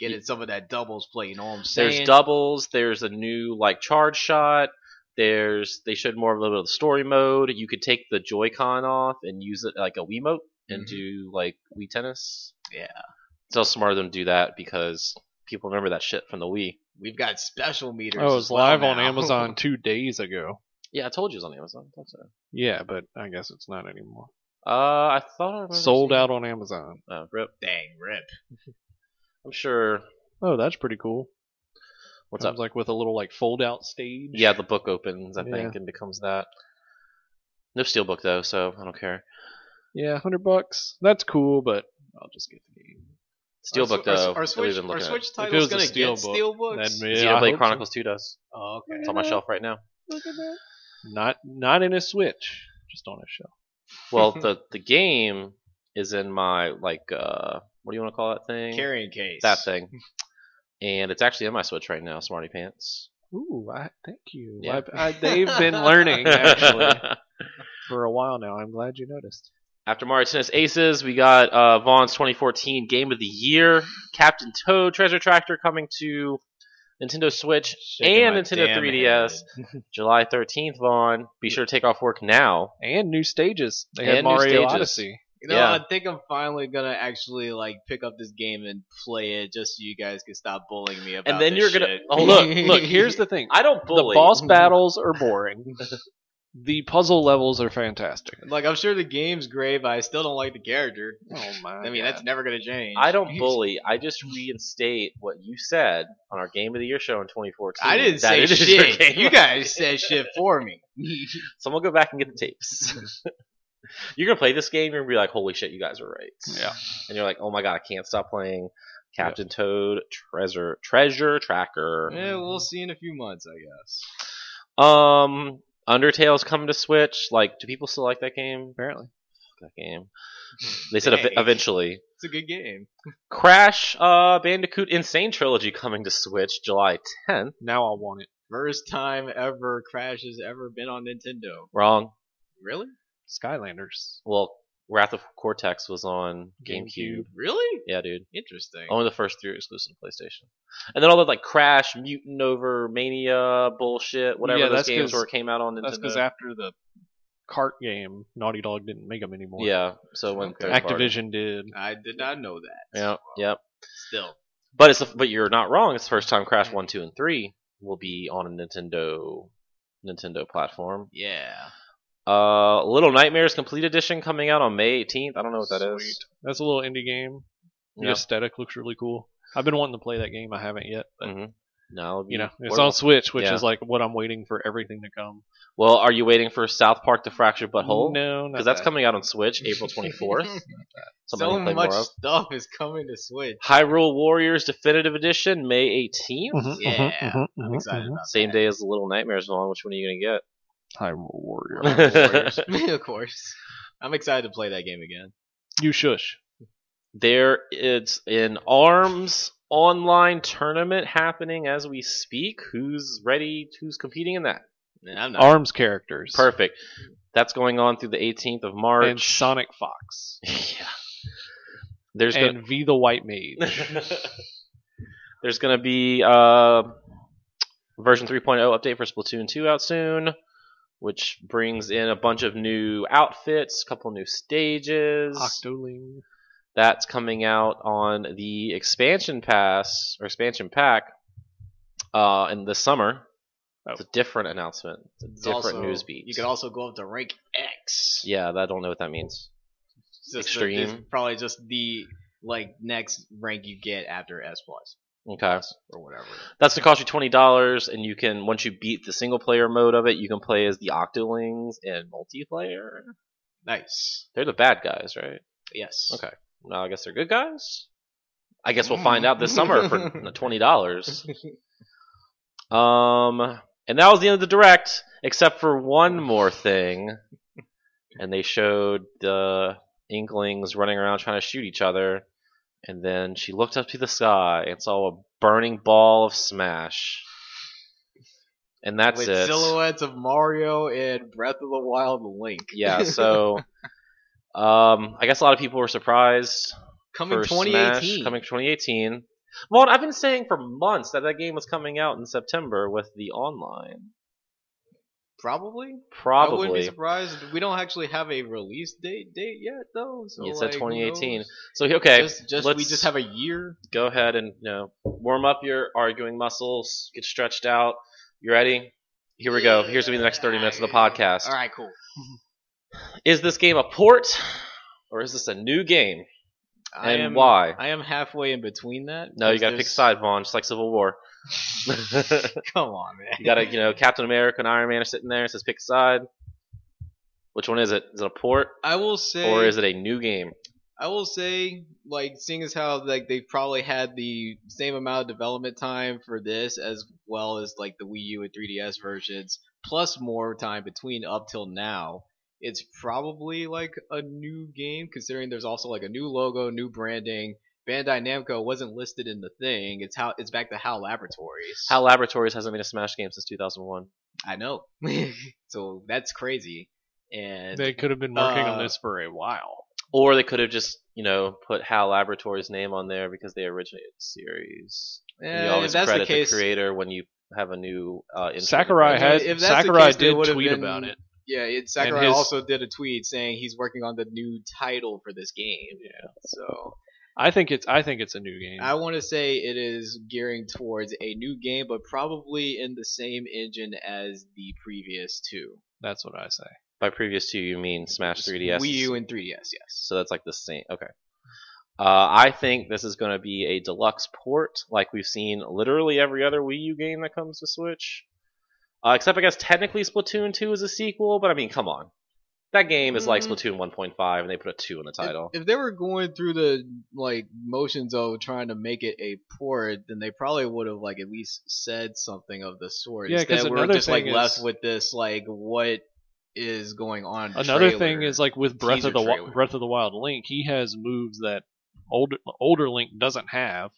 Speaker 4: get in some of that doubles play. You know what I'm saying?
Speaker 2: There's doubles. There's a new like charge shot. There's they showed more of a little bit of the story mode. You could take the Joy-Con off and use it like a Wiimote and
Speaker 4: Mhm.
Speaker 2: do like Wii tennis.
Speaker 4: Yeah.
Speaker 2: It's also smart of them to do that because people remember that shit from the Wii.
Speaker 4: We've got special meters.
Speaker 3: Oh,
Speaker 4: as
Speaker 3: it's
Speaker 4: well
Speaker 3: live on
Speaker 4: now.
Speaker 3: Amazon two days ago.
Speaker 2: Yeah, I told you it was on Amazon. I thought so.
Speaker 3: Yeah, but I guess it's not anymore.
Speaker 2: Uh, I thought I remember
Speaker 3: Sold
Speaker 2: seeing-
Speaker 3: out on Amazon.
Speaker 2: Oh, rip.
Speaker 4: Dang, rip.
Speaker 2: I'm sure.
Speaker 3: Oh, that's pretty cool.
Speaker 2: What's
Speaker 3: Comes
Speaker 2: up?
Speaker 3: like with a little like fold out stage.
Speaker 2: Yeah, the book opens, I think,
Speaker 3: Yeah.
Speaker 2: and becomes that. No steelbook though, so I don't care.
Speaker 3: Yeah, hundred bucks. That's cool, but I'll just get the game.
Speaker 2: Steelbook
Speaker 4: our,
Speaker 2: though.
Speaker 4: Our, our
Speaker 2: is what we've
Speaker 4: Switch,
Speaker 2: been
Speaker 4: our
Speaker 2: looking at.
Speaker 4: Switch
Speaker 3: it
Speaker 4: title's
Speaker 3: was a
Speaker 4: gonna get
Speaker 3: Steelbook,
Speaker 4: Steelbooks.
Speaker 3: That'd be- Yeah, I
Speaker 2: Xenoblade
Speaker 3: hope
Speaker 2: Chronicles 2 does.
Speaker 4: oh, okay.
Speaker 2: It's on my shelf right now.
Speaker 4: Look at that.
Speaker 3: Not not in a Switch, just on a shelf.
Speaker 2: Well, the the game is in my like uh what do you want to call that thing?
Speaker 4: Carrying case.
Speaker 2: That thing. And it's actually in my Switch right now, Smarty Pants.
Speaker 3: Ooh, I, thank you.
Speaker 2: Yeah.
Speaker 3: I, I, they've been learning actually for a while now. I'm glad you noticed.
Speaker 2: After Mario Tennis Aces, we got uh, Vaughn's 2014 Game of the Year, Captain Toad Treasure Tractor coming to Nintendo Switch
Speaker 4: Shaking
Speaker 2: and
Speaker 4: my
Speaker 2: Nintendo
Speaker 4: damn
Speaker 2: 3DS, July 13th. Vaughn, be sure to take off work now.
Speaker 3: And new stages. They
Speaker 2: And
Speaker 3: had
Speaker 2: new
Speaker 3: Mario
Speaker 2: stages.
Speaker 3: Odyssey.
Speaker 4: You know,
Speaker 2: Yeah.
Speaker 4: I think I'm finally gonna actually like pick up this game and play it just so you guys can stop bullying me about.
Speaker 2: And then
Speaker 4: this
Speaker 2: you're gonna-
Speaker 4: shit.
Speaker 2: oh,
Speaker 3: Look, look. Here's the thing.
Speaker 2: I don't bully.
Speaker 3: The boss battles are boring. the puzzle levels are fantastic.
Speaker 4: like I'm sure the game's great, but I still don't like the character.
Speaker 3: Oh my!
Speaker 4: I mean, that's never gonna change.
Speaker 2: I don't bully. I just reinstate what you said on our Game of the Year show in 2014.
Speaker 4: I
Speaker 2: that
Speaker 4: didn't say
Speaker 2: it is your
Speaker 4: shit.
Speaker 2: game.
Speaker 4: You guys said shit for me.
Speaker 2: Someone go back and get the tapes. you're gonna play this game. You're gonna be like, "Holy shit, you guys are right."
Speaker 3: Yeah.
Speaker 2: And you're like, "Oh my god, I can't stop playing Captain Toad Treasure Treasure Tracker."
Speaker 4: yeah, Eh, we'll see in a few months, I guess.
Speaker 2: Um, Undertale's coming to Switch. Like, do people still like that game?
Speaker 3: apparently.
Speaker 2: Fuck That game. They said ev-
Speaker 4: Hey.
Speaker 2: eventually.
Speaker 4: It's a good game.
Speaker 2: Crash uh, Bandicoot Insane Trilogy coming to Switch July 10th.
Speaker 3: Now I want it.
Speaker 4: First time ever Crash has ever been on Nintendo.
Speaker 2: Wrong.
Speaker 4: Really?
Speaker 3: Skylanders.
Speaker 2: Well, Wrath of Cortex was on GameCube. Oh.
Speaker 3: GameCube.
Speaker 4: Really?
Speaker 2: Yeah, dude.
Speaker 4: Interesting.
Speaker 2: Only the first three are exclusive to PlayStation. And then all that like Crash, Mutant over Mania bullshit, whatever
Speaker 3: Yeah,
Speaker 2: those
Speaker 3: that's
Speaker 2: games
Speaker 3: 'cause-
Speaker 2: were came out on Nintendo.
Speaker 3: That's because after the cart game, Naughty Dog didn't make them anymore.
Speaker 2: yeah, so when
Speaker 4: Okay.
Speaker 2: third party-
Speaker 3: Activision did.
Speaker 4: I did not know that.
Speaker 2: Yeah, yeah.
Speaker 4: Still.
Speaker 2: But it's the- but you're not wrong. It's the first time Crash One, Two, and Three will be on a Nintendo Nintendo platform.
Speaker 4: Yeah.
Speaker 2: Uh, Little Nightmares Complete Edition coming out on May 18th. I don't know what that is.
Speaker 3: Sweet. That's a little indie game. The
Speaker 2: Yeah.
Speaker 3: aesthetic looks really cool. I've been wanting to play that game. I haven't yet, but
Speaker 2: Mhm. No,
Speaker 3: Mm-hmm. you know, it's
Speaker 2: portable.
Speaker 3: on Switch, which
Speaker 2: Yeah.
Speaker 3: is like what I'm waiting for everything to come.
Speaker 2: Well, are you waiting for South Park: The Fractured Butthole?
Speaker 3: No,
Speaker 2: because that's coming out on Switch April 24th. Something I
Speaker 4: so
Speaker 2: can play
Speaker 4: much
Speaker 2: more of.
Speaker 4: stuff is coming to Switch.
Speaker 2: Hyrule Warriors Definitive Edition, May 18th.
Speaker 3: Mm-hmm.
Speaker 4: Yeah, I'm excited about
Speaker 2: Same day as the Little Nightmares one. Which one are you gonna
Speaker 3: Warrior.
Speaker 2: get?
Speaker 4: that. of course. I'm excited to play that game again.
Speaker 3: you shush.
Speaker 2: there it's an Arms online tournament happening as we speak. Who's ready? Who's competing in that?
Speaker 4: And I'm not.
Speaker 3: Arms characters.
Speaker 2: Perfect. That's going on through the 18th of
Speaker 3: And
Speaker 2: March.
Speaker 3: Sonic Fox.
Speaker 2: yeah. There's
Speaker 3: and V the White Maid.
Speaker 2: gonna- There's going to be uh, version 3.0 update for Splatoon 2 out soon, which brings in a bunch of new outfits, a couple new stages.
Speaker 3: Octoling.
Speaker 2: That's coming out on the expansion pass or expansion pack uh, in the summer.
Speaker 3: Oh.
Speaker 2: It's a different announcement. It's a
Speaker 4: It's
Speaker 2: different
Speaker 4: also-
Speaker 2: news beat.
Speaker 4: You can also go up to rank X.
Speaker 2: yeah, I don't know what that means.
Speaker 4: It's just
Speaker 2: Extreme.
Speaker 4: The, it's probably just the like next rank you get after S plus
Speaker 2: Okay.
Speaker 4: or whatever.
Speaker 2: That's gonna cost you twenty dollars, and you can once you beat the single player mode of it, you can play as the Octolings in multiplayer.
Speaker 4: Nice.
Speaker 2: They're the bad guys, right?
Speaker 4: Yes.
Speaker 2: Okay. Now I guess they're good guys. I guess we'll find out this summer for twenty dollars. Um, and that was the end of the direct, except for one more thing, and they showed the Inklings running around trying to shoot each other, and then she looked up to the sky and saw a burning ball of smash, and that's
Speaker 4: With
Speaker 2: it.
Speaker 4: silhouettes of Mario and Breath of the Wild Link.
Speaker 2: Yeah, so. Um, I guess a lot of people were surprised
Speaker 4: coming
Speaker 2: for
Speaker 4: 2018.
Speaker 2: Smash coming 2018. Well, I've been saying for months that that game was coming out in September with the online.
Speaker 4: Probably. I wouldn't be
Speaker 2: Probably.
Speaker 4: surprised. We don't actually have a release date date yet though. So
Speaker 2: It said
Speaker 4: like, who
Speaker 2: 2018.
Speaker 4: knows?
Speaker 2: So okay,
Speaker 4: just, just we
Speaker 2: let's-
Speaker 4: just have a year.
Speaker 2: go ahead and you know warm up your arguing muscles, get stretched out. You ready? Here we go. Here's gonna be the next 30 minutes of the podcast.
Speaker 4: All right, cool.
Speaker 2: Is this game a port, or is this a new game,
Speaker 4: I
Speaker 2: and
Speaker 4: am,
Speaker 2: why?
Speaker 4: I am halfway in between that.
Speaker 2: No, you
Speaker 4: because
Speaker 2: gotta pick a
Speaker 4: there's-
Speaker 2: side, Vaughn. Just like Civil War. you
Speaker 4: Come on, man.
Speaker 2: gotta, you know, Captain America and Iron Man are sitting there. It says pick a side. Which one is it? Is it a port,
Speaker 4: I will say,
Speaker 2: or is it a new game?
Speaker 4: I will say, like, seeing as how like they probably had the same amount of development time for this as well as like the Wii U and 3DS versions, plus more time between up till now. It's probably like a new game, considering there's also like a new logo, new branding. Bandai Namco wasn't listed in the thing. It's how it's back to HAL Laboratories.
Speaker 2: How Laboratories hasn't made a Smash game since 2001.
Speaker 4: I know. so that's crazy. And
Speaker 3: They could have been working on
Speaker 4: Uh,
Speaker 3: this for a while.
Speaker 2: Or they could have just, you know, put HAL Laboratories' name on there because they originated the series. And you
Speaker 4: eh, if
Speaker 2: always
Speaker 4: that's the
Speaker 2: credit the,
Speaker 4: case,
Speaker 2: creator when you have a new uh, intro to
Speaker 3: Sakurai
Speaker 2: the
Speaker 4: had-
Speaker 3: has
Speaker 2: game.
Speaker 4: if that's the
Speaker 3: Sakurai
Speaker 4: case, they
Speaker 3: did
Speaker 4: would've
Speaker 3: tweet
Speaker 4: been-
Speaker 3: about it.
Speaker 4: Yeah, it, Sakurai
Speaker 3: his-
Speaker 4: also did a tweet saying he's working on the new title for this game. Yeah. So
Speaker 3: I think it's I think it's a new game.
Speaker 4: I want to say it is gearing towards a new game, but probably in the same engine as the previous two.
Speaker 3: That's what I say.
Speaker 2: by previous two you mean Smash 3DS.
Speaker 4: Wii U and 3DS. Yes.
Speaker 2: So that's like the same. Okay. Uh, I think this is going to be a deluxe port, like we've seen literally every other Wii U game that comes to Switch. Uh, except I guess technically Splatoon 2 is a sequel, but I mean, come on. That game is like
Speaker 4: Mm.
Speaker 2: Splatoon 1.5, and they put a 2 in the title.
Speaker 4: If, if they were going through the like motions of trying to make it a port, then they probably would have like at least said something of the sort.
Speaker 3: Yeah, 'cause
Speaker 4: Instead, we're
Speaker 3: another
Speaker 4: just like
Speaker 3: thing is-
Speaker 4: left with this like what is going on.
Speaker 3: Another
Speaker 4: trailer.
Speaker 3: thing is like with Breath
Speaker 4: Teaser
Speaker 3: of the
Speaker 4: trailer.
Speaker 3: Wi- Breath of the Wild Link, he has moves that older older Link doesn't have.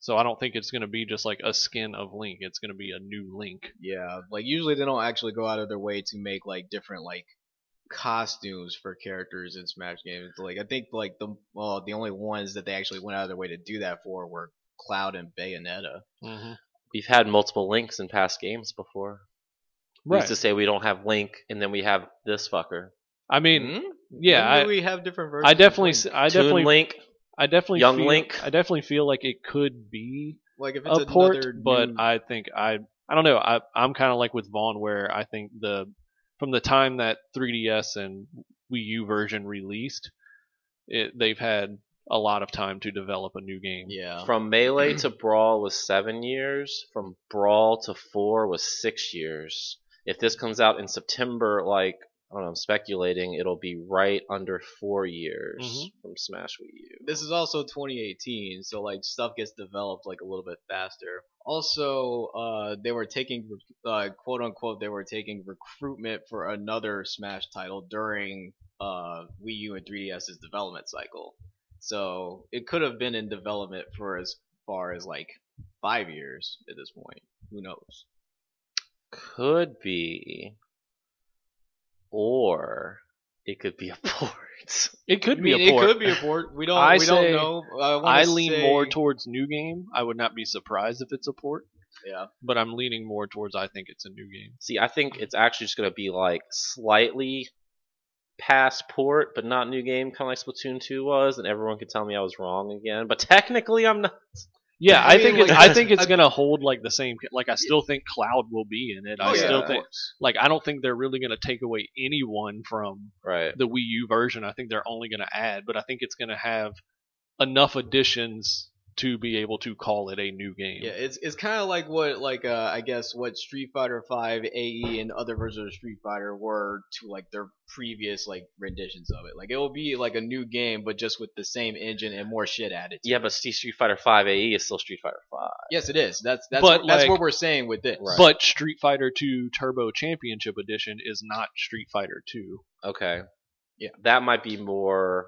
Speaker 3: So I don't think it's going to be just like a skin of Link. It's going to be a new Link.
Speaker 4: Yeah, like usually they don't actually go out of their way to make like different like costumes for characters in Smash games. Like I think like the well the only ones that they actually went out of their way to do that for were Cloud and Bayonetta.
Speaker 3: Mm-hmm.
Speaker 2: We've had multiple links in past games before. We used to say we don't have Link, and then we have this fucker.
Speaker 3: I mean,
Speaker 4: Hmm?
Speaker 3: yeah,
Speaker 4: Didn't
Speaker 3: I,
Speaker 4: we have different versions.
Speaker 3: I definitely,
Speaker 4: of,
Speaker 3: s-
Speaker 4: like,
Speaker 3: I
Speaker 2: Toon
Speaker 3: definitely,
Speaker 2: Link.
Speaker 3: I definitely,
Speaker 2: Young
Speaker 3: feel,
Speaker 2: Link.
Speaker 3: I definitely feel like it could be
Speaker 4: like if it's
Speaker 3: a port,
Speaker 4: another
Speaker 3: but
Speaker 4: new-
Speaker 3: I think I, I don't know. I, I'm kind of like with Vaughn, where I think the from the time that 3DS and Wii U version released, it, they've had a lot of time to develop a new game.
Speaker 4: yeah.
Speaker 2: From Melee to Brawl was seven years. From Brawl to Four was six years. If this comes out in September, like I don't know, I'm speculating, it'll be right under four years
Speaker 3: Mm-hmm.
Speaker 2: from Smash Wii U.
Speaker 4: This is also 2018, so like stuff gets developed like a little bit faster. Also, uh, they were taking uh, quote unquote they were taking recruitment for another Smash title during uh, Wii U and 3DS's development cycle. So it could have been in development for as far as like five years at this point. Who knows?
Speaker 2: Could be, or It could be a port.
Speaker 3: It could
Speaker 4: I
Speaker 3: be
Speaker 4: mean,
Speaker 3: a port.
Speaker 4: It could be a port. We don't.
Speaker 3: I
Speaker 4: we
Speaker 3: say-
Speaker 4: don't know. I, wanna
Speaker 3: I lean
Speaker 4: say-
Speaker 3: more towards new game. I would not be surprised if it's a port,
Speaker 4: Yeah.
Speaker 3: but I'm leaning more towards I think it's a new game.
Speaker 2: See, I think it's actually just going to be like slightly past port, but not new game, kind of like Splatoon 2 was, and everyone could tell me I was wrong again. But technically, I'm not.
Speaker 3: Yeah, I,
Speaker 4: I mean,
Speaker 3: think it's,
Speaker 4: like-
Speaker 3: I think it's
Speaker 4: I-
Speaker 3: gonna hold like the same. Like I still think Cloud will be in it. I
Speaker 4: Oh, yeah,
Speaker 3: still
Speaker 4: of
Speaker 3: think like I don't think they're really gonna take away anyone from
Speaker 2: Right.
Speaker 3: the Wii U version. I think they're only gonna add, but I think it's gonna have enough additions to be able to call it a new game.
Speaker 4: Yeah, it's it's kind of like what like uh, I guess what Street Fighter Five AE and other versions of Street Fighter were to like their previous like renditions of it. Like it will be like a new game, but just with the same engine and more shit added. to it.
Speaker 2: Yeah, but see, Street Fighter 5 AE is still Street Fighter 5.
Speaker 4: Yes, it is. That's that's
Speaker 3: But,
Speaker 4: what, that's
Speaker 3: like-
Speaker 4: what we're saying with this.
Speaker 2: Right.
Speaker 3: But Street Fighter 2 Turbo Championship Edition is not Street Fighter 2.
Speaker 2: Okay.
Speaker 4: Yeah.
Speaker 2: That might be more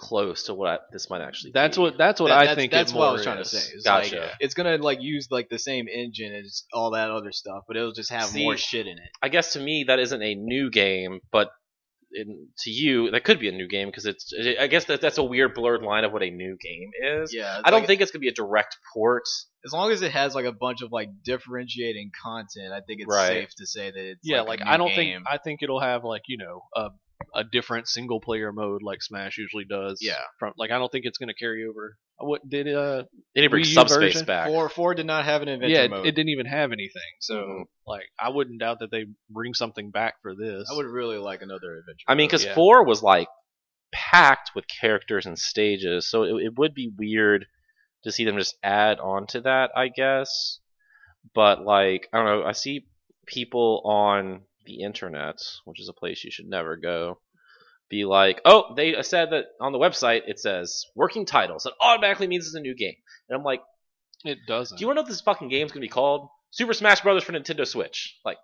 Speaker 2: close to what I, this might actually
Speaker 3: That's
Speaker 2: be.
Speaker 3: what that's what
Speaker 4: That-
Speaker 3: I
Speaker 4: that's,
Speaker 3: think.
Speaker 4: That's
Speaker 3: it
Speaker 4: what I
Speaker 3: more
Speaker 4: was trying
Speaker 3: is.
Speaker 4: to say. It's
Speaker 2: Gotcha.
Speaker 4: like, it's gonna like use like the same engine and just all that other stuff, but it'll just have
Speaker 2: See-
Speaker 4: more shit in it.
Speaker 2: I guess to me that isn't a new game, but in, to you that could be a new game because it's. I guess that that's a weird blurred line of what a new game is.
Speaker 4: Yeah,
Speaker 2: I don't
Speaker 4: like,
Speaker 2: think it's gonna be a direct port.
Speaker 4: as long as it has like a bunch of like differentiating content, I think it's
Speaker 2: Right.
Speaker 4: safe to say that it's
Speaker 3: Yeah, like,
Speaker 4: like, a new
Speaker 3: I don't
Speaker 4: game.
Speaker 3: think I think it'll have like you know a a different single player mode like Smash usually does.
Speaker 4: Yeah.
Speaker 3: From like I don't think it's gonna carry over. What did uh?
Speaker 2: They need to bring
Speaker 3: Wii U
Speaker 2: subspace
Speaker 3: version?
Speaker 2: back.
Speaker 4: Four four did not have an adventure
Speaker 3: yeah, it,
Speaker 4: mode. Mm-hmm.
Speaker 3: it didn't even have anything. So
Speaker 2: Mhm.
Speaker 3: like I wouldn't doubt that they bring something back for this.
Speaker 4: I would really like another adventure.
Speaker 2: I mean,
Speaker 4: mode.
Speaker 2: because
Speaker 3: Yeah.
Speaker 2: four was like packed with characters and stages, so it, it would be weird to see them just add on to that, I guess. But like, I don't know. I see people on the internet, which is a place you should never go, be like, "Oh, they said that on the website it says working titles. That automatically means it's a new game." And I'm like,
Speaker 3: It doesn't.
Speaker 2: "Do you want to know what this fucking game's gonna be called? Super Smash Brothers for Nintendo Switch?" Like,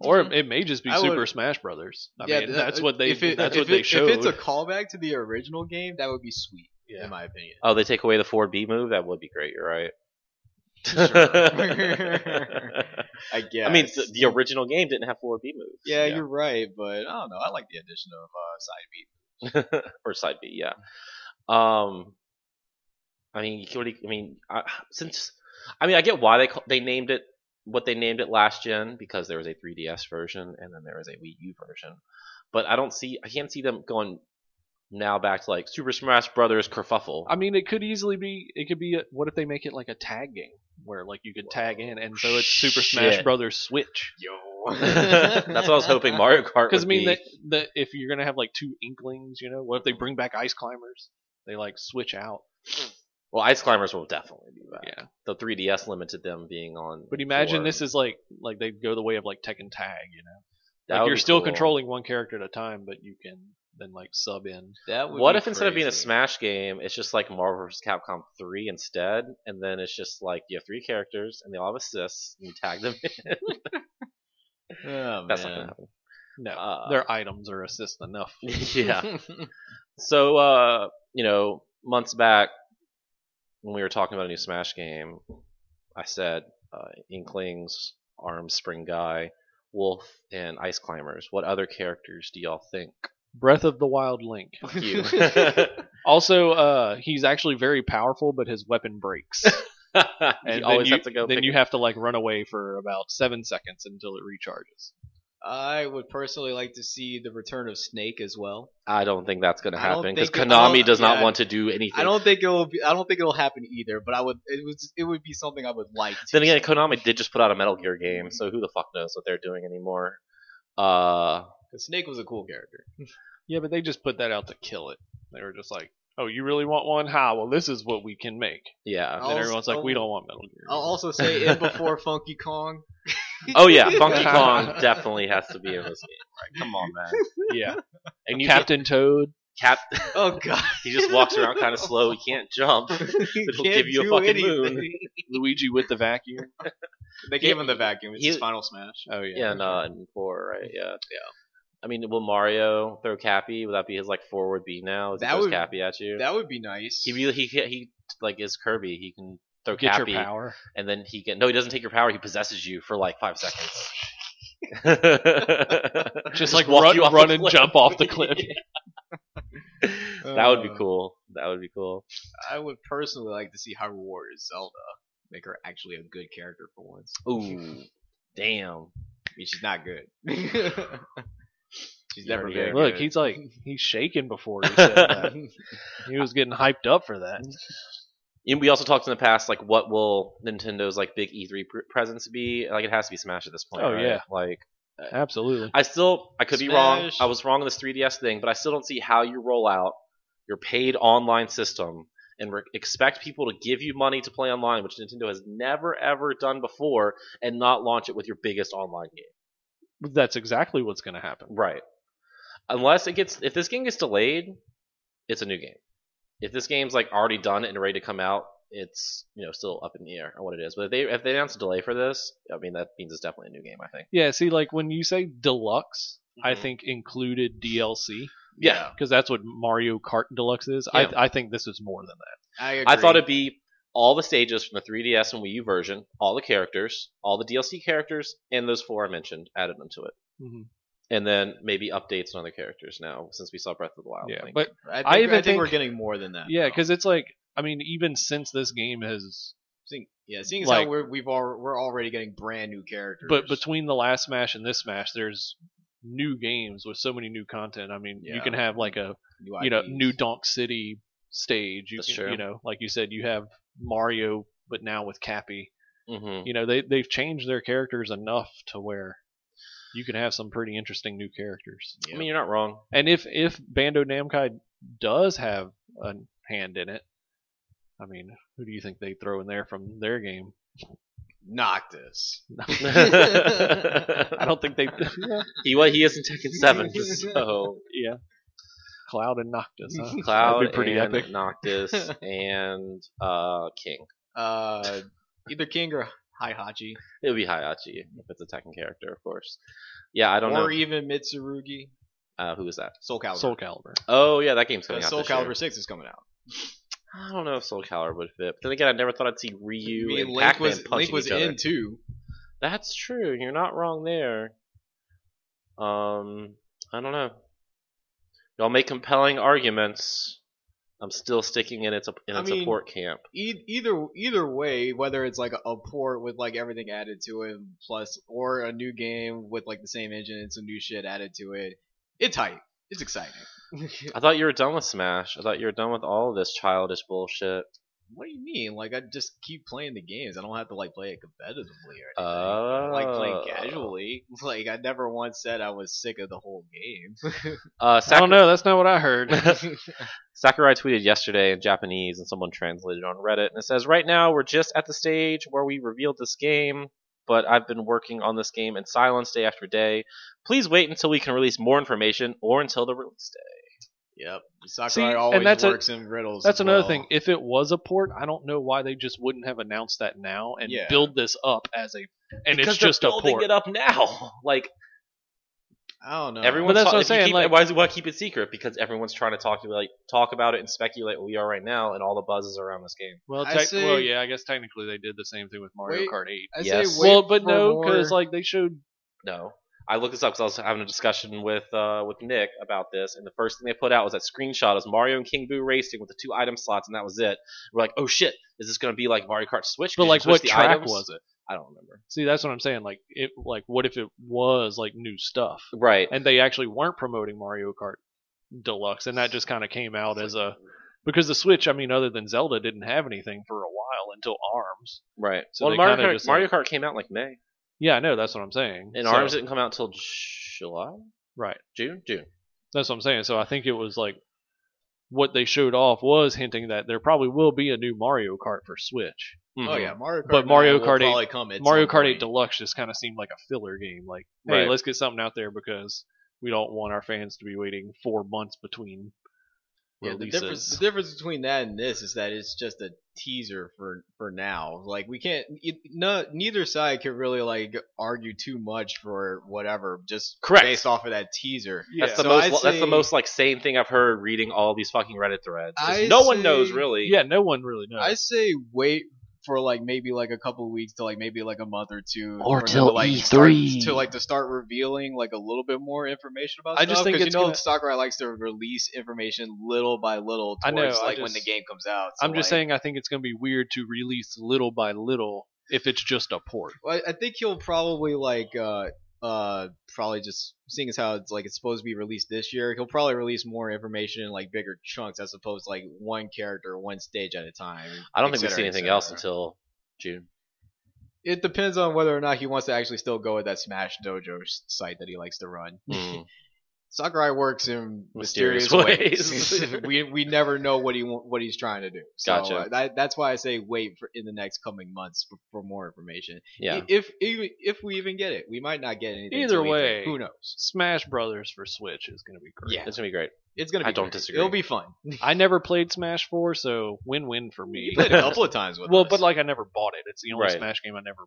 Speaker 3: or it may just be
Speaker 4: I
Speaker 3: Super
Speaker 4: would- uh,
Speaker 3: Smash Brothers. I mean,
Speaker 4: that-
Speaker 3: that's what they
Speaker 4: If it,
Speaker 3: that's
Speaker 4: if
Speaker 3: what they
Speaker 4: it-
Speaker 3: showed.
Speaker 4: If it's a callback to the original game, that would be sweet,
Speaker 3: yeah.
Speaker 4: in my opinion.
Speaker 2: Oh, they take away the forward B move. That would be great. You're right.
Speaker 4: Sure.
Speaker 2: I
Speaker 4: I guess.
Speaker 2: mean, the, the original game didn't have forward B moves.
Speaker 4: yeah, you're right, but I don't know. I like the addition of uh, side beat.
Speaker 2: or side B. Yeah. Um, I mean, you can already- I mean, I, since I mean, I get why they call, they named it what they named it last gen because there was a 3DS version and then there was a Wii U version, but I don't see I can't see them going now back to like Super Smash Brothers kerfuffle.
Speaker 3: I mean, it could easily be. It could be. A, what if they make it like a tag game where like you could tag in, and so it's Super Smash
Speaker 2: Shit.
Speaker 3: Brothers Switch.
Speaker 4: Yo.
Speaker 2: That's what I was hoping Mario Kart.
Speaker 3: Because I
Speaker 2: would
Speaker 3: mean,
Speaker 2: be.
Speaker 3: that that if you're gonna have like two Inklings, you know, what if they bring back Ice Climbers? They like switch out.
Speaker 2: Well, Ice Climbers will definitely be back.
Speaker 3: Yeah.
Speaker 2: The 3DS limited them being on.
Speaker 3: But imagine
Speaker 2: four.
Speaker 3: this is like like they go the way of like Tekken Tag, you know.
Speaker 2: That
Speaker 3: like
Speaker 2: would
Speaker 3: you're
Speaker 2: be
Speaker 3: still
Speaker 2: cool.
Speaker 3: controlling one character at a time, but you can then like sub in.
Speaker 4: That would
Speaker 2: What
Speaker 4: be
Speaker 2: if instead of being a
Speaker 4: crazy.
Speaker 2: Smash game, it's just like Marvel vs. Capcom 3 instead, and then it's just like you have three characters and they all have assists and you tag them. in.
Speaker 4: Oh,
Speaker 2: That's not gonna
Speaker 4: man.
Speaker 2: happen.
Speaker 3: No,
Speaker 2: Uh.
Speaker 3: their items are assist enough.
Speaker 2: yeah. So, uh, you know, months back when we were talking about a new Smash game, I said uh, Inklings, Arms, Spring Guy, Wolf, and Ice Climbers. What other characters do y'all think?
Speaker 3: Breath of the Wild Link.
Speaker 2: You.
Speaker 3: Also, uh, he's actually very powerful, but his weapon breaks.
Speaker 2: you
Speaker 3: And
Speaker 2: always
Speaker 3: then you,
Speaker 2: have to go.
Speaker 3: then
Speaker 2: pick
Speaker 3: you have to like run away for about seven seconds until it recharges.
Speaker 4: I would personally like to see the return of Snake as well.
Speaker 2: I don't think that's going to
Speaker 4: I don't
Speaker 2: happen because
Speaker 4: think it- I
Speaker 2: Konami
Speaker 4: don't-
Speaker 2: does not
Speaker 4: yeah,
Speaker 2: want to do anything.
Speaker 4: I don't think it will be. I don't think it'll happen either. But I would. It was. It would be something I would like. To
Speaker 2: then again,
Speaker 4: see.
Speaker 2: Konami did just put out a Metal Gear game, so who the fuck knows what they're doing anymore? Uh,
Speaker 4: 'Cause Snake was a cool character.
Speaker 3: Yeah, but they just put that out to kill it. They were just like, "Oh, you really want one? How? Well, this is what we can make."
Speaker 2: yeah.
Speaker 3: And then
Speaker 4: I'll-
Speaker 3: everyone's like,
Speaker 4: I'll-
Speaker 3: "We don't want Metal Gear."
Speaker 4: I'll also say in before Funky Kong.
Speaker 2: Oh yeah, Funky Kong definitely has to be in this game. Right? Come on, man.
Speaker 3: yeah,
Speaker 2: And you can't-
Speaker 3: Captain Toad.
Speaker 2: Cap,
Speaker 4: Oh god.
Speaker 2: he just walks around kind of slow. He can't jump. It'll give you a fucking moon.
Speaker 3: Luigi with the vacuum.
Speaker 4: They gave him the vacuum. It's
Speaker 2: He-
Speaker 4: his final smash.
Speaker 3: Oh yeah.
Speaker 2: Yeah, no, and four, right? Yeah, yeah. I mean, will Mario throw Cappy? Would that be his like forward B now? Is
Speaker 4: That
Speaker 2: he throws
Speaker 4: would-
Speaker 2: Cappy at you?
Speaker 4: That would be nice.
Speaker 2: He really, he he like is Kirby. He can throw
Speaker 3: Get
Speaker 2: Cappy,
Speaker 3: your power.
Speaker 2: and then he can no, he doesn't take your power. He possesses you for like five seconds. that
Speaker 3: Just like
Speaker 2: walk
Speaker 3: run,
Speaker 2: you off
Speaker 3: run
Speaker 2: the
Speaker 3: and
Speaker 2: cliff.
Speaker 3: jump off the cliff.
Speaker 2: would be
Speaker 4: Uh,
Speaker 2: cool. That would be cool.
Speaker 4: I would personally like to see how rewarded Zelda make her actually a good character for once.
Speaker 2: Ooh, damn.
Speaker 4: I mean, she's not good. she's never
Speaker 2: already
Speaker 4: very
Speaker 2: are.
Speaker 3: Look,
Speaker 4: good.
Speaker 3: he's like he's shaking before he said that. He was getting hyped up for that.
Speaker 2: And we also talked in the past, like, what will Nintendo's like big E3 pr- presence be? Like, it has to be Smash at this point.
Speaker 3: Oh,
Speaker 2: right?
Speaker 3: yeah.
Speaker 2: Like,
Speaker 3: Absolutely.
Speaker 2: I still, I could be wrong.
Speaker 4: Smash.
Speaker 2: I was wrong on this 3DS thing, but I still don't see how you roll out your paid online system and re- expect people to give you money to play online, which Nintendo has never ever done before, and not launch it with your biggest online game.
Speaker 3: That's exactly what's going to happen.
Speaker 2: Right. Unless it gets if this game gets delayed, it's a new game. If this game's like already done and ready to come out, it's you know still up in the air on what it is. But if they if they announce a delay for this, I mean that means it's definitely a new game. I think.
Speaker 3: Yeah, see like when you say deluxe, I
Speaker 2: Mhm.
Speaker 3: think included DLC
Speaker 2: Yeah,
Speaker 3: because that's what Mario Kart Deluxe is.
Speaker 2: Yeah.
Speaker 3: I I think this is more than that.
Speaker 4: I, agree.
Speaker 2: I thought it'd be all the stages from the 3DS and Wii U version, all the characters, all the DLC characters, and those four I mentioned added into it,
Speaker 3: Mm-hmm.
Speaker 2: and then maybe updates on other characters now since we saw Breath of the Wild. I
Speaker 3: Yeah,
Speaker 2: think.
Speaker 3: but
Speaker 4: I think,
Speaker 3: I even
Speaker 4: I think
Speaker 3: think-
Speaker 4: we're getting more than that.
Speaker 3: yeah,
Speaker 4: though.
Speaker 3: because it's like I mean, even since this game has
Speaker 4: Seeing- yeah, seeing as
Speaker 3: like-
Speaker 4: how we're we've all, we're already getting brand new characters.
Speaker 3: but between the last smash and this smash there's new games with so many new content i mean you
Speaker 4: Yeah.
Speaker 3: can have like a
Speaker 4: new
Speaker 3: you know
Speaker 4: IPs.
Speaker 3: new donk city stage you
Speaker 2: That's
Speaker 3: can
Speaker 2: true.
Speaker 3: you know like you said you have mario but now with cappy
Speaker 2: Mhm.
Speaker 3: you know they, they've changed their characters enough to where you can have some pretty interesting new characters
Speaker 2: I mean, you're not wrong.
Speaker 3: and if if bando namkai does have a hand in it i mean who do you think they throw in there from their game
Speaker 4: Noctis.
Speaker 3: i don't think they
Speaker 2: He well, he is in Tekken Seven, so
Speaker 3: yeah cloud and noctis huh?
Speaker 2: Cloud
Speaker 3: That'd be pretty
Speaker 2: and
Speaker 3: epic.
Speaker 2: Noctis and uh, King.
Speaker 4: Uh, either King or Hihachi,
Speaker 2: It would be Hayachi if it's a Tekken character, of course. Yeah, I
Speaker 4: or
Speaker 2: don't know
Speaker 4: even Mitsurugi.
Speaker 2: uh, who is that.
Speaker 4: Soul Calibur.
Speaker 3: Soul Calibur.
Speaker 2: Oh yeah, that game's coming
Speaker 4: 'Cause
Speaker 2: out.
Speaker 4: Soul
Speaker 2: this year.
Speaker 4: Calibur Six is coming out.
Speaker 2: I don't know if Soul Calibur would fit. But then again, I never thought I'd see Ryu
Speaker 4: I mean,
Speaker 2: and
Speaker 4: Link
Speaker 2: Pac-Man
Speaker 4: was
Speaker 2: punching
Speaker 4: Link was
Speaker 2: each other.
Speaker 4: in too.
Speaker 2: That's true. You're not wrong there. Um, I don't know. Y'all make compelling arguments. I'm still sticking in it's a in
Speaker 4: I
Speaker 2: its
Speaker 4: mean,
Speaker 2: a port camp.
Speaker 4: E- either either way, whether it's like a, a port with like everything added to it, plus or a new game with like the same engine and some new shit added to it, it's hype. It's exciting.
Speaker 2: I thought you were done with Smash. I thought you were done with all of this childish bullshit.
Speaker 4: what do you mean? Like I just keep playing the games. I don't have to like play it competitively or anything. I
Speaker 2: Oh.
Speaker 4: like playing casually. Like I never once said I was sick of the whole game.
Speaker 2: Uh,
Speaker 3: I
Speaker 2: Sak-
Speaker 3: don't know. That's not what I heard.
Speaker 2: Sakurai tweeted yesterday in Japanese, and someone translated it on Reddit, and it says, "Right now, we're just at the stage where we revealed this game, but I've been working on this game in silence day after day. Please wait until we can release more information, or until the release day."
Speaker 4: yep. Sakurai
Speaker 3: See, and
Speaker 4: always
Speaker 3: that's a-
Speaker 4: works in riddles.
Speaker 3: That's
Speaker 4: as
Speaker 3: another
Speaker 4: well.
Speaker 3: thing. If it was a port, I don't know why they just wouldn't have announced that now and
Speaker 4: Yeah.
Speaker 3: build this up as a. And
Speaker 2: because
Speaker 3: it's just
Speaker 2: they're
Speaker 3: a
Speaker 2: building
Speaker 3: port.
Speaker 2: it up now. Like
Speaker 4: I don't know.
Speaker 2: everyone's
Speaker 3: that's
Speaker 2: ta-
Speaker 3: what I'm
Speaker 2: if you
Speaker 3: saying,
Speaker 2: keep-
Speaker 3: like-
Speaker 2: why does it want to keep it secret? Because everyone's trying to talk like talk about it and speculate what we are right now, and all the buzzes around this game.
Speaker 3: well,
Speaker 4: I
Speaker 3: tec-
Speaker 4: say-
Speaker 3: well, yeah, I guess technically they did the same thing with Mario
Speaker 4: Wait.
Speaker 3: Kart 8.
Speaker 4: I
Speaker 2: Yes.
Speaker 4: say wait
Speaker 3: Well, but
Speaker 4: for
Speaker 3: no,
Speaker 4: more-
Speaker 3: because like they showed.
Speaker 2: No. I looked this up because I was having a discussion with uh, with Nick about this, and the first thing they put out was that screenshot of Mario and King Boo racing with the two item slots, and that was it. We're like, oh shit, is this going to be like Mario Kart Switch?
Speaker 3: But
Speaker 2: Can you
Speaker 3: like,
Speaker 2: switch
Speaker 3: what
Speaker 2: the
Speaker 3: track
Speaker 2: items?
Speaker 3: was it?
Speaker 2: I don't remember.
Speaker 3: See, that's what I'm saying. Like, it like what if it was like new stuff
Speaker 2: Right.
Speaker 3: and they actually weren't promoting Mario Kart Deluxe, and that just kind of came out as a because the Switch, I mean, other than Zelda, didn't have anything for a while until Arms.
Speaker 2: Right.
Speaker 3: So
Speaker 2: well,
Speaker 3: they
Speaker 2: Mario
Speaker 3: kinda
Speaker 2: Kart,
Speaker 3: just,
Speaker 2: Mario Kart came out in, like May,
Speaker 3: Yeah, I know. That's what I'm saying.
Speaker 2: and
Speaker 3: So-
Speaker 2: Arms didn't come out until July,
Speaker 4: Oh,
Speaker 3: right.
Speaker 2: June, June.
Speaker 3: That's what I'm saying. So I think it was like what they showed off was hinting that there probably will be a new Mario Kart for Switch.
Speaker 4: Oh
Speaker 2: Mhm.
Speaker 4: yeah, Mario Kart.
Speaker 3: But Mario
Speaker 4: will
Speaker 3: Kart 8
Speaker 4: probably come at
Speaker 3: Mario
Speaker 4: some
Speaker 3: Kart 8
Speaker 4: point.
Speaker 3: Deluxe just kind of seemed like a filler game. Like, hey,
Speaker 2: Right.
Speaker 3: let's get something out there because we don't want our fans to be waiting four months between
Speaker 4: Yeah, the
Speaker 3: releases.
Speaker 4: difference the difference between that and this is that it's just a teaser for for now. Like we can't, it, no, neither side can really like argue too much for whatever just
Speaker 2: Correct.
Speaker 4: based off of that teaser.
Speaker 3: Yeah.
Speaker 2: That's the
Speaker 4: So
Speaker 2: most.
Speaker 4: I'd
Speaker 2: that's the
Speaker 4: say-
Speaker 2: most like sane thing I've heard reading all these fucking Reddit threads. is
Speaker 4: I'd
Speaker 2: No one
Speaker 4: say-
Speaker 2: knows really.
Speaker 3: yeah, no one really knows.
Speaker 4: I say wait for like maybe like a couple of weeks to like maybe like a month or two,
Speaker 5: Or
Speaker 4: for them
Speaker 5: till
Speaker 4: to,
Speaker 3: E
Speaker 4: like,
Speaker 5: E3.
Speaker 4: start- to like to start revealing like a little bit more information about.
Speaker 3: I just
Speaker 4: stuff,
Speaker 3: think
Speaker 4: 'cause
Speaker 3: it's
Speaker 4: you know
Speaker 3: gonna-
Speaker 4: Sakurai likes to release information little by little. Towards,
Speaker 3: I know, I
Speaker 4: like when the
Speaker 3: just-
Speaker 4: game comes out. So,
Speaker 3: I'm just
Speaker 4: like,
Speaker 3: saying I think it's going to be weird to release little by little if it's just a port.
Speaker 4: Well, I I think he'll probably like uh uh probably just seeing as how it's like it's supposed to be released this year, he'll probably release more information in like bigger chunks as opposed to like one character, one stage at a time.
Speaker 2: I don't
Speaker 4: et
Speaker 2: think we see
Speaker 4: cetera, et
Speaker 2: anything else
Speaker 4: cetera.
Speaker 2: until June.
Speaker 4: it depends on whether or not he wants to actually still go with that Smash Dojo s- site that he likes to run. Sakurai works in mysterious,
Speaker 2: Hmm. Mysterious
Speaker 4: ways.
Speaker 2: ways.
Speaker 4: we we never know what he wa- what he's trying to do. So
Speaker 2: Gotcha.
Speaker 4: uh, that, that's why I say wait for in the next coming months for, for more information.
Speaker 2: Yeah.
Speaker 4: I- If, if if we even get it, we might not get anything.
Speaker 3: Either
Speaker 4: till E3.
Speaker 3: way.
Speaker 4: who knows?
Speaker 3: Smash Brothers for Switch is going to be great.
Speaker 4: Yeah.
Speaker 2: It's gonna be great.
Speaker 4: It's gonna. Be
Speaker 2: I don't
Speaker 4: great.
Speaker 2: disagree.
Speaker 4: It'll be fun.
Speaker 3: I never played Smash 4, so win-win for me.
Speaker 4: You played a couple of times with
Speaker 3: well,
Speaker 4: us.
Speaker 3: but like I never bought it. It's the only
Speaker 2: Right.
Speaker 3: Smash game I never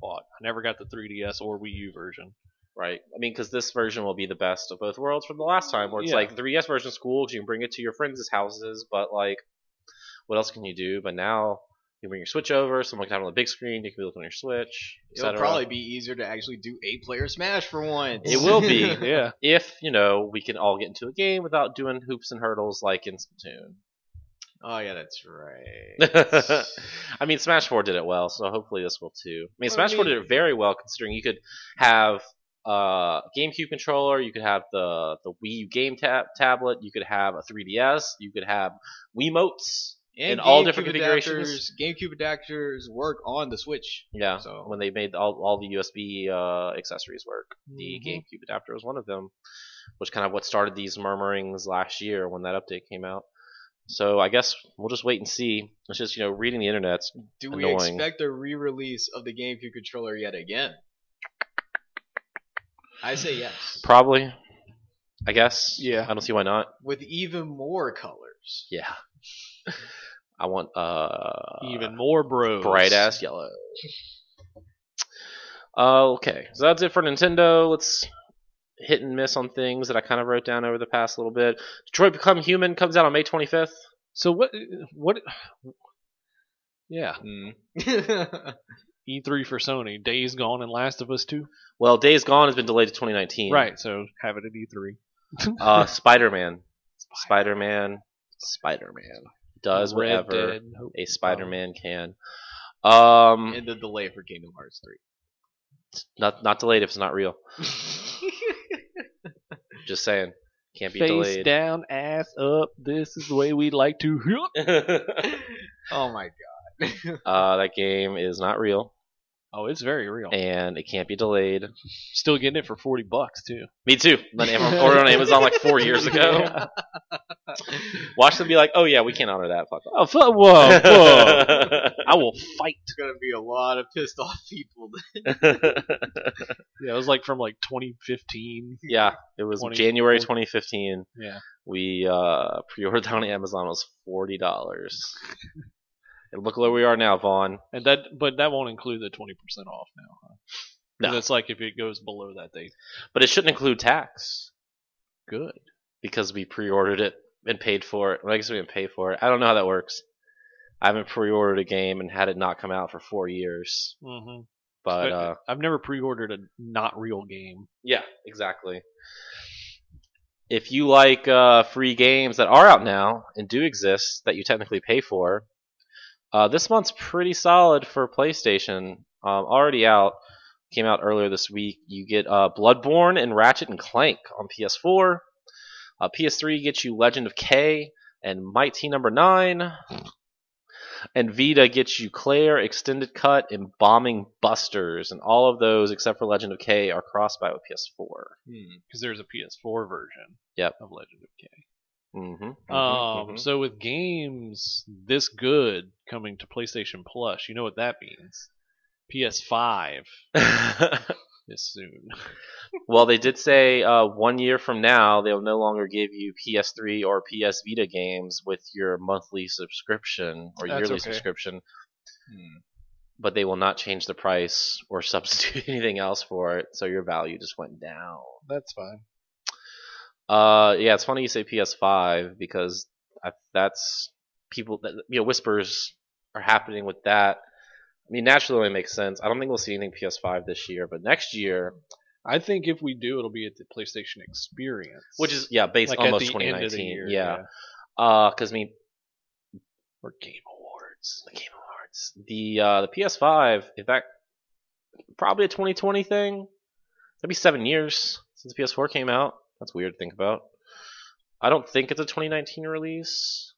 Speaker 3: bought. I never got the 3DS or Wii U version.
Speaker 2: Right. I mean, because this version will be the best of both worlds from the last time, where it's
Speaker 3: Yeah.
Speaker 2: like the 3DS version's cool, 'cause you can bring it to your friends' houses, but like, what else can you do? But now you bring your Switch over, someone can have it on the big screen, you can be looking on your Switch. et
Speaker 4: it'll
Speaker 2: cetera.
Speaker 4: probably be easier to actually do eight player Smash for once.
Speaker 2: It will be.
Speaker 3: Yeah.
Speaker 2: If, you know, we can all get into a game without doing hoops and hurdles like in Splatoon.
Speaker 4: oh yeah, that's right.
Speaker 2: I mean, Smash 4 did it well, so hopefully this will too. I mean,
Speaker 3: Well, I
Speaker 2: Smash 4
Speaker 3: mean-
Speaker 2: did it very well, considering you could have uh, GameCube controller, you could have the, the Wii U game tab- tablet, you could have a 3DS, you could have Wiimotes. in all different configurations.
Speaker 4: Adapters, GameCube adapters work on the Switch.
Speaker 2: Yeah,
Speaker 4: So-
Speaker 2: when they made all, all the USB uh, accessories work, the
Speaker 3: Mhm.
Speaker 2: GameCube adapter was one of them, which kind of what started these murmurings last year when that update came out. So I guess we'll just wait and see. It's just you know reading the internet.
Speaker 4: Do we
Speaker 2: Annoying.
Speaker 4: expect a re-release of the GameCube controller yet again? I say yes.
Speaker 2: Probably. I guess.
Speaker 3: Yeah.
Speaker 2: I don't see why not.
Speaker 4: With even more colors.
Speaker 2: Yeah. I want uh
Speaker 3: Even more bros.
Speaker 2: bright ass yellow. Uh, okay, so that's it for Nintendo. Let's hit and miss on things that I kind of wrote down over the past little bit. Detroit Become Human comes out on May 25th.
Speaker 3: So what? What? Yeah.
Speaker 4: Mm.
Speaker 3: E3 E for Sony. Days Gone and Last of Us 2.
Speaker 2: Well, Days Gone has been delayed to 2019.
Speaker 3: Right. So have it at E E3.
Speaker 2: Uh, Spider Man. Spider Man. Spider Man does
Speaker 3: Red
Speaker 2: Uh, whatever
Speaker 3: Dead. Nope.
Speaker 2: a Spider Man can. Um,
Speaker 4: and the delay for Kingdom Hearts 3.
Speaker 2: Not not delayed if it's not real. Just saying. Can't be
Speaker 3: Face
Speaker 2: delayed.
Speaker 3: down, ass up. This is the way we like to.
Speaker 4: Oh my god.
Speaker 2: uh, that game is not real
Speaker 3: Oh, it's very real.
Speaker 2: and it can't be delayed.
Speaker 3: Still getting it for forty bucks too.
Speaker 2: Me too. On Am- ordered on Amazon like four years ago.
Speaker 3: Yeah.
Speaker 2: Watch them be like, oh yeah, we can't honor that. Fuck off.
Speaker 3: Oh, fu- whoa, whoa! I will fight.
Speaker 4: It's gonna be a lot of pissed off people.
Speaker 3: Yeah, it was like from like 2015.
Speaker 2: yeah, it was
Speaker 3: 20
Speaker 2: January 2015.
Speaker 3: Yeah.
Speaker 2: We uh, pre-ordered that on Amazon. It was forty dollars. and look where we are now, Vaughn.
Speaker 3: And that, but that won't include the twenty percent off now. Huh? 'Cause
Speaker 2: No.
Speaker 3: it's like if it goes below that date.
Speaker 2: But it shouldn't include tax.
Speaker 3: Good.
Speaker 2: because we pre-ordered it and paid for it. Well, I guess we didn't pay for it. I don't know how that works. I haven't pre-ordered a game and had it not come out for four years.
Speaker 3: hmm
Speaker 2: But uh,
Speaker 3: I've never pre-ordered a not real game.
Speaker 2: yeah, exactly. If you like uh, free games that are out now and do exist that you technically pay for, uh, this month's pretty solid for PlayStation. Um, already out, came out earlier this week. You get uh, Bloodborne and Ratchet and Clank on PS4. Uh, PS3 gets you Legend of K and Mighty Number Nine. And Vita gets you Claire, Extended Cut, and Bombing Busters. And all of those, except for Legend of K, are cross by with PS4.
Speaker 3: because there's a PS4 version.
Speaker 2: Yep.
Speaker 3: Of Legend of K.
Speaker 2: Mm-hmm.
Speaker 3: um. So with games this good coming to PlayStation Plus, you know what that means. PS5 is soon.
Speaker 2: Mm-hmm. well, they did say uh, one year from now, they'll no longer give you PS3 or PS Vita games with your monthly subscription or
Speaker 3: That's
Speaker 2: yearly
Speaker 3: okay. Hmm.
Speaker 2: subscription. but they will not change the price or substitute anything else for it, so your value just went down.
Speaker 3: That's fine.
Speaker 2: Uh, yeah, it's funny you say PS5 because I, that's people that you know whispers are happening with that mean, naturally, it only makes sense. I don't think we'll see anything PS5 this year, but next year,
Speaker 3: I think if we do, it'll be at the PlayStation Experience,
Speaker 2: which is yeah, based
Speaker 3: like
Speaker 2: almost
Speaker 3: at the end of the
Speaker 2: 2019.
Speaker 3: year,
Speaker 2: yeah, because I mean,
Speaker 3: or Game Awards.
Speaker 2: the Game Awards, the uh, the PS5, if that probably a 2020 thing. That'd be seven years since the PS4 came out. That's weird to think about. I don't think it's a 2019 release,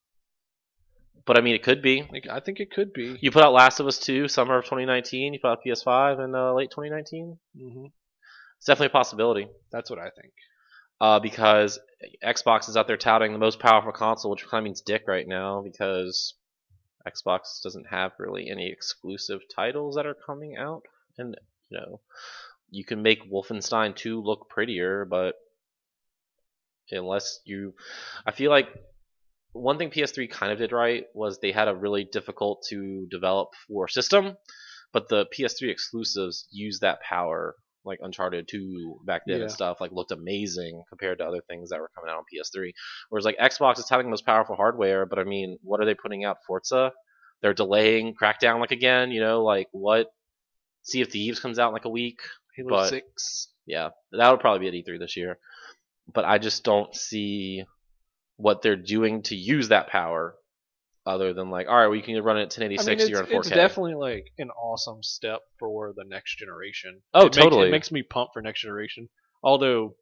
Speaker 2: but I mean, it could be.
Speaker 3: Like, I think it could be.
Speaker 2: You put out Last of Us 2 summer of 2019. You put out PS5 in uh, late 2019.
Speaker 3: hmm
Speaker 2: It's definitely a possibility.
Speaker 3: That's what I think.
Speaker 2: uh, because Xbox is out there touting the most powerful console, which kind of means dick right now because Xbox doesn't have really any exclusive titles that are coming out, and you know you can make Wolfenstein 2 look prettier, but unless you, I feel like one thing PS3 kind of did right was they had a really difficult to develop for system, but the PS3 exclusives used that power like Uncharted 2 back then
Speaker 3: Yeah.
Speaker 2: and stuff, like looked amazing compared to other things that were coming out on PS3. Whereas like Xbox is having the most powerful hardware, but I mean, what are they putting out? Forza? They're delaying Crackdown like again, you know, like what? Sea of Thieves comes out in like a week.
Speaker 3: Halo
Speaker 2: But-
Speaker 3: Six.
Speaker 2: Yeah, that would probably be at E3 this year. But I just don't see what they're doing to use that power other than like, all right, well, you can run it at 1080
Speaker 3: I mean,
Speaker 2: 60 or
Speaker 3: it's,
Speaker 2: in 4K.
Speaker 3: it's definitely like an awesome step for the next generation.
Speaker 2: Oh,
Speaker 3: It makes-
Speaker 2: totally.
Speaker 3: it makes me pumped for next generation. Although,